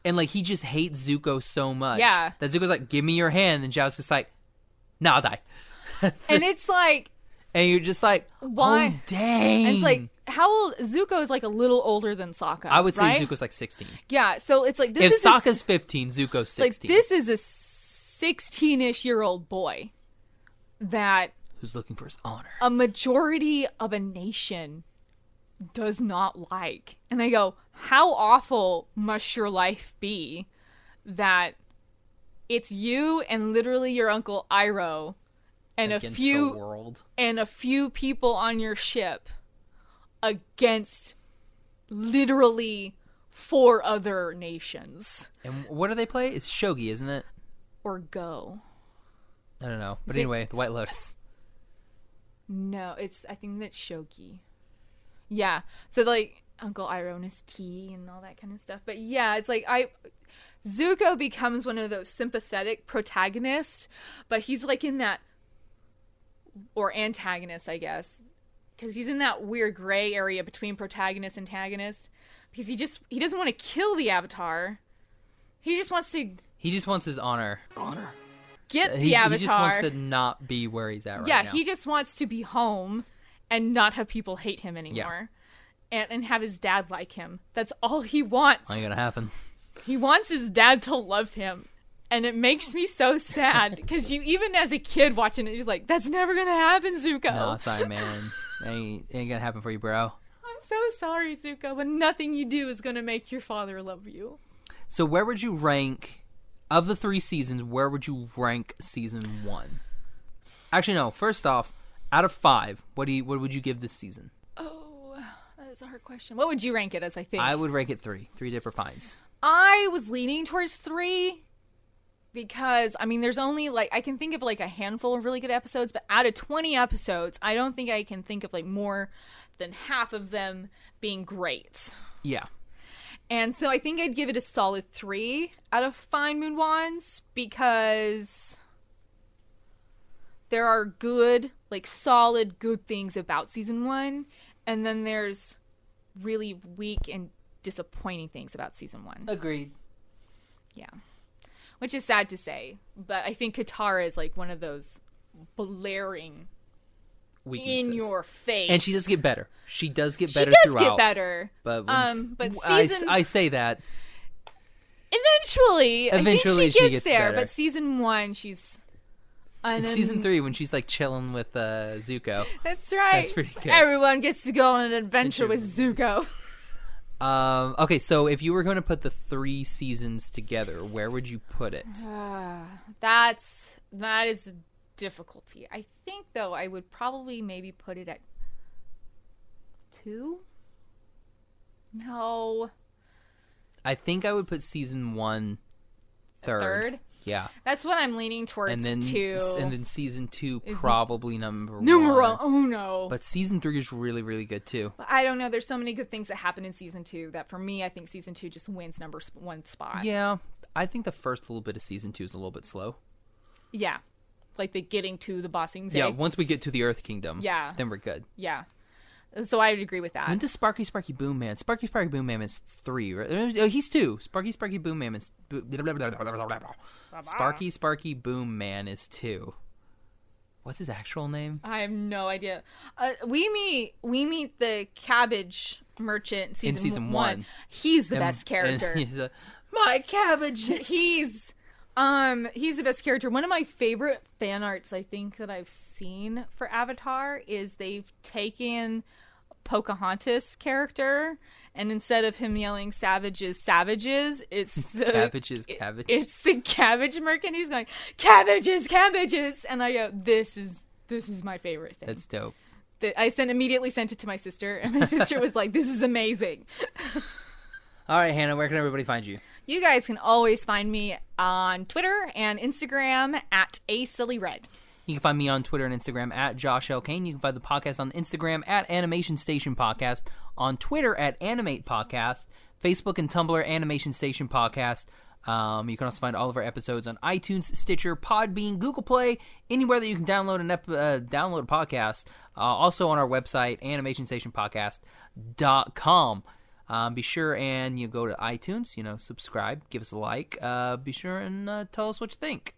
[SPEAKER 3] and like he just hates Zuko so much.
[SPEAKER 4] Yeah.
[SPEAKER 3] that Zuko's like, "Give me your hand," and Zhao's just like, "Nah, I'll die."
[SPEAKER 4] and it's like
[SPEAKER 3] And you're just like,
[SPEAKER 4] Why?
[SPEAKER 3] "Oh dang!"
[SPEAKER 4] and it's like how old Zuko is like a little older than Sokka.
[SPEAKER 3] I would say
[SPEAKER 4] right?
[SPEAKER 3] Zuko's like 16.
[SPEAKER 4] Yeah, so it's like this
[SPEAKER 3] if
[SPEAKER 4] is a-
[SPEAKER 3] Sokka's 15, Zuko's
[SPEAKER 4] like
[SPEAKER 3] 16.
[SPEAKER 4] this is a sixteen-ish year old boy that
[SPEAKER 3] Who's looking for his honor?
[SPEAKER 4] a majority of a nation does not like. And I go, how awful must your life be that it's you and literally your uncle Iroh and
[SPEAKER 3] Against
[SPEAKER 4] a few
[SPEAKER 3] the world.
[SPEAKER 4] and a few people on your ship against literally four other nations
[SPEAKER 3] And what do they play? It's shogi, isn't it?
[SPEAKER 4] or go
[SPEAKER 3] I don't know. But
[SPEAKER 4] Is it-
[SPEAKER 3] anyway, the White Lotus.
[SPEAKER 4] no it's i think that's shogi yeah so like uncle Iroh and his tea and all that kind of stuff but yeah it's like i zuko becomes one of those sympathetic protagonists but he's like in that or antagonist i guess because he's in that weird gray area between protagonist and antagonist because he just he doesn't want to kill the avatar. He just wants to
[SPEAKER 3] He just wants his honor.
[SPEAKER 5] honor,
[SPEAKER 4] get
[SPEAKER 3] Uh, He,
[SPEAKER 4] the
[SPEAKER 3] he
[SPEAKER 4] avatar.
[SPEAKER 3] just wants to not be where he's at right
[SPEAKER 4] yeah,
[SPEAKER 3] now.
[SPEAKER 4] he just wants to be home and not have people hate him anymore. And, and have his dad like him. That's all he wants.
[SPEAKER 3] Ain't gonna happen.
[SPEAKER 4] He wants his dad to love him. And it makes me so sad because you, even as a kid watching it, you're just like, that's never going to happen, Zuko.
[SPEAKER 3] No, sorry, man. ain't ain't gonna happen for you, bro.
[SPEAKER 4] I'm so sorry, Zuko, but nothing you do is going to make your father love you.
[SPEAKER 3] So where would you rank of the three seasons? Where would you rank season one? Actually, no. First off, out of five, what do you, what would you give this season?
[SPEAKER 4] Oh, that is a hard question. What would you rank it as, I think?
[SPEAKER 3] I would rank it three, three different pines.
[SPEAKER 4] I was leaning towards three because I mean, there's only like I can think of like a handful of really good episodes, but out of 20 episodes, I don't think I can think of like more than half of them being great.
[SPEAKER 3] Yeah,
[SPEAKER 4] And so I think I'd give it a solid three out of Fine Moon Wands because there are good, like solid, good things about season one, and then there's really weak and disappointing things about season one.
[SPEAKER 3] agreed.
[SPEAKER 4] Yeah. Which is sad to say, but I think Katara is like one of those blaring
[SPEAKER 3] Weaknesses.
[SPEAKER 4] in your face.
[SPEAKER 3] and she does get better. She does get
[SPEAKER 4] She
[SPEAKER 3] better
[SPEAKER 4] does
[SPEAKER 3] throughout.
[SPEAKER 4] get better.
[SPEAKER 3] But when s-
[SPEAKER 4] um but
[SPEAKER 3] w- I s-
[SPEAKER 4] season
[SPEAKER 3] I, say that
[SPEAKER 4] eventually, I
[SPEAKER 3] Eventually
[SPEAKER 4] think she
[SPEAKER 3] she gets
[SPEAKER 4] gets, there,
[SPEAKER 3] better.
[SPEAKER 4] but season 1 she's
[SPEAKER 3] in season three when she's like chilling with uh, Zuko.
[SPEAKER 4] That's right.
[SPEAKER 3] pretty good.
[SPEAKER 4] Everyone gets to go on an adventure with Zuko.
[SPEAKER 3] Um, okay, so if you were going to put the three seasons together, where would you put it?
[SPEAKER 4] That's that is a difficulty. I think though I would probably maybe put it at two. No,
[SPEAKER 3] I think I would put season one third.
[SPEAKER 4] third.
[SPEAKER 3] Yeah,
[SPEAKER 4] That's what I'm leaning towards.
[SPEAKER 3] and then
[SPEAKER 4] two.
[SPEAKER 3] s- and then season two probably number
[SPEAKER 4] numero oh.
[SPEAKER 3] one.
[SPEAKER 4] uno. But
[SPEAKER 3] But season three is really really good too.
[SPEAKER 4] I don't know. There's so many good things that happen in season two that for me, I think season two just wins number s- one spot.
[SPEAKER 3] Yeah, I think the first little bit of season two is a little bit slow.
[SPEAKER 4] Yeah. Like the getting to the bossing day.
[SPEAKER 3] Yeah, once we get to the Earth Kingdom,
[SPEAKER 4] Yeah.
[SPEAKER 3] then we're good.
[SPEAKER 4] yeah. So I would agree with that.
[SPEAKER 3] When does Sparky Sparky Boom Man? Sparky Sparky Boom Man is three, right? Oh, he's two. Sparky Sparky Boom Man is. Sparky Sparky Boom Man is two. What's his actual name?
[SPEAKER 4] I have no idea. Uh, we meet we meet the cabbage merchant in season,
[SPEAKER 3] season
[SPEAKER 4] one.
[SPEAKER 3] one.
[SPEAKER 4] He's the
[SPEAKER 3] And-
[SPEAKER 4] best character.
[SPEAKER 3] and he's a, My cabbage.
[SPEAKER 4] he's um he's the best character. One of my favorite fan arts I think that I've seen for Avatar is they've taken Pocahontas character and instead of him yelling savages savages it's the,
[SPEAKER 3] Cabbages, cabbage.
[SPEAKER 4] it's the cabbage merchant he's going cabbages cabbages and I go this is this is my favorite thing.
[SPEAKER 3] That's dope.
[SPEAKER 4] that I sent immediately sent it to my sister, and my sister was like, "This is amazing."
[SPEAKER 3] All right, Hannah, where can everybody find you?
[SPEAKER 4] You guys can always find me on Twitter and Instagram at a silly red.
[SPEAKER 3] You can find me on Twitter and Instagram at Josh L. Kane. You can find the podcast on Instagram at Animation Station Podcast, on Twitter at Animate Podcast, Facebook and Tumblr Animation Station Podcast. Um, you can also find all of our episodes on iTunes, Stitcher, Podbean, Google Play, anywhere that you can download an ep- uh, download a podcast. Uh, also on our website, animationstationpodcast.com. Um, be sure and you go to iTunes, you know, subscribe, give us a like. Uh, be sure and uh, tell us what you think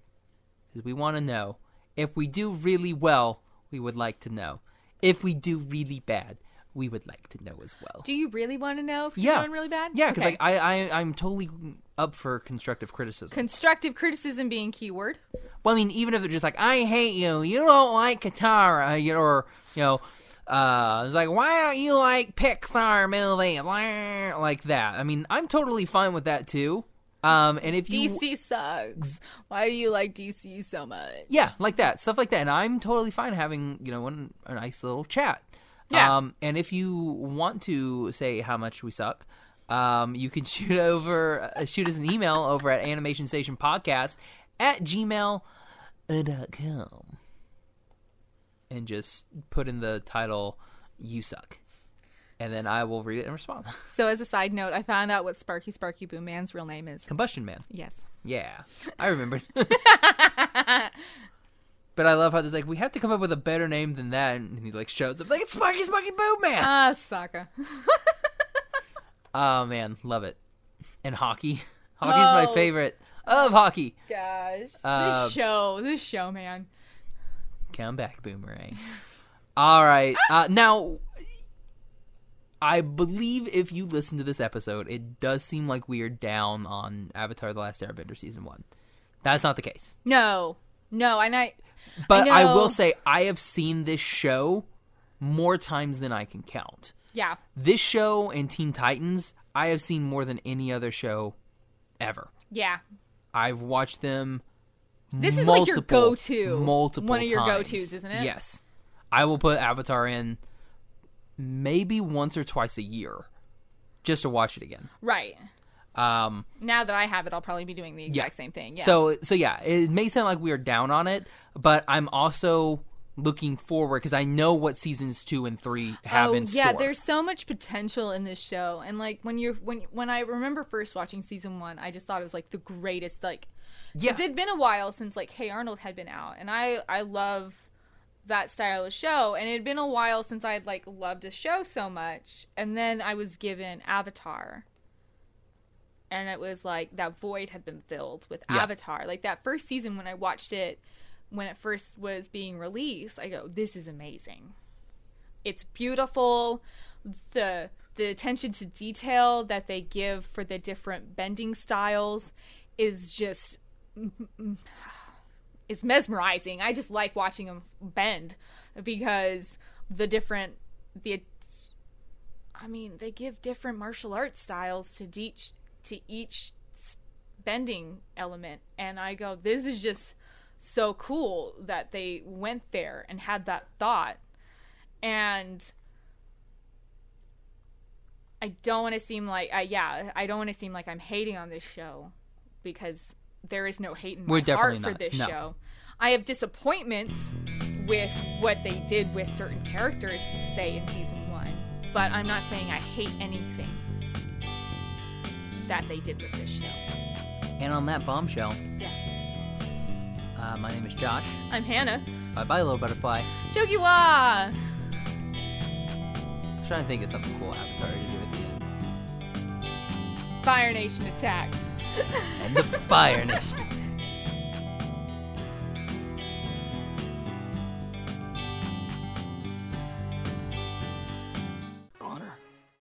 [SPEAKER 3] because we want to know. If we do really well, we would like to know. If we do really bad, we would like to know as well.
[SPEAKER 4] Do you really want to know if you're
[SPEAKER 3] yeah,
[SPEAKER 4] doing really bad?
[SPEAKER 3] Yeah, because
[SPEAKER 4] Okay.
[SPEAKER 3] like I, I, I'm totally up for constructive criticism.
[SPEAKER 4] constructive criticism being keyword.
[SPEAKER 3] well, I mean, even if they're just like, I hate you, you don't like Katara, uh, you know, or you know, uh, it's like, why don't you like Pixar movie, Blah, like that? I mean, I'm totally fine with that too. Um, and if you
[SPEAKER 4] DC sucks. Why do you like DC so much?
[SPEAKER 3] Yeah, like that. Stuff like that. And I'm totally fine having, you know, one, a nice little chat.
[SPEAKER 4] Yeah.
[SPEAKER 3] Um, and if you want to say how much we suck, um, you can shoot over uh, shoot us an email over at Animation Station Podcast at gmail.com and just put in the title you suck. And then I will read it and respond.
[SPEAKER 4] So, as a side note, I found out what Sparky Sparky Boom Man's real name is.
[SPEAKER 3] Combustion Man.
[SPEAKER 4] Yes.
[SPEAKER 3] Yeah, I remembered. but I love how there's like we have to come up with a better name than
[SPEAKER 4] Uh,
[SPEAKER 3] Ah, that, and he like shows up like it's Sparky Sparky Boom Man.
[SPEAKER 4] Ah, Sokka.
[SPEAKER 3] Oh man, love it. And hockey. Hockey's my
[SPEAKER 4] Oh.
[SPEAKER 3] favorite of hockey.
[SPEAKER 4] Gosh,
[SPEAKER 3] Uh,
[SPEAKER 4] this show, this show, man.
[SPEAKER 3] Come back, boomerang. All right. Uh, now, I believe if you listen to this episode, it does seem like we are down on Avatar: The Last Airbender season one. That's not the case,
[SPEAKER 4] No, no, and I,
[SPEAKER 3] but I,
[SPEAKER 4] know.
[SPEAKER 3] will say I have seen this show more times than I can count.
[SPEAKER 4] yeah,
[SPEAKER 3] This show and Teen Titans, I have seen more than any other show ever.
[SPEAKER 4] yeah.
[SPEAKER 3] I've watched them.
[SPEAKER 4] This is like your
[SPEAKER 3] multiple-
[SPEAKER 4] go-to,
[SPEAKER 3] multiple
[SPEAKER 4] one of your
[SPEAKER 3] times.
[SPEAKER 4] go-tos, isn't it?
[SPEAKER 3] Yes, I will put Avatar in maybe once or twice a year just to watch it again.
[SPEAKER 4] Right.
[SPEAKER 3] Um,
[SPEAKER 4] Now that I have it, I'll probably be doing the exact same thing. Yeah.
[SPEAKER 3] So so yeah, it may sound like we are down on it, but I'm also looking forward because I know what seasons two and three have
[SPEAKER 4] oh
[SPEAKER 3] in
[SPEAKER 4] yeah,
[SPEAKER 3] store.
[SPEAKER 4] there's so much potential in this show, and like when you're when when I remember first watching season one, I just thought it was like the greatest. Like,
[SPEAKER 3] yeah,
[SPEAKER 4] it had been a while since like Hey Arnold had been out, and I I love that style of show, and it had been a while since I had like loved a show so much, and then I was given Avatar. And it was like that void had been filled with
[SPEAKER 3] Yeah.
[SPEAKER 4] Avatar. Like that first season when I watched it, when it first was being released, I go, "This is amazing." it's beautiful the the attention to detail that they give for the different bending styles is just is mesmerizing i just like watching them bend because the different the i mean they give different martial arts styles to each to each s- bending element and i go this is just so cool that they went there and had that thought and I don't want to seem like I yeah I don't want to seem like I'm hating on this show because there is no hate in my
[SPEAKER 3] We're definitely
[SPEAKER 4] heart for
[SPEAKER 3] not.
[SPEAKER 4] this
[SPEAKER 3] No.
[SPEAKER 4] show. I have disappointments with what they did with certain characters, say in season one, but I'm not saying I hate anything that they did with this show.
[SPEAKER 3] and on that bombshell,
[SPEAKER 4] Yeah,
[SPEAKER 3] uh, my name is Josh.
[SPEAKER 4] I'm Hannah.
[SPEAKER 3] Bye bye, little butterfly.
[SPEAKER 4] Jokiwa.
[SPEAKER 3] I'm trying to think of something cool Avatar to do at the end.
[SPEAKER 4] Fire Nation attacked.
[SPEAKER 3] And the Fire Nation.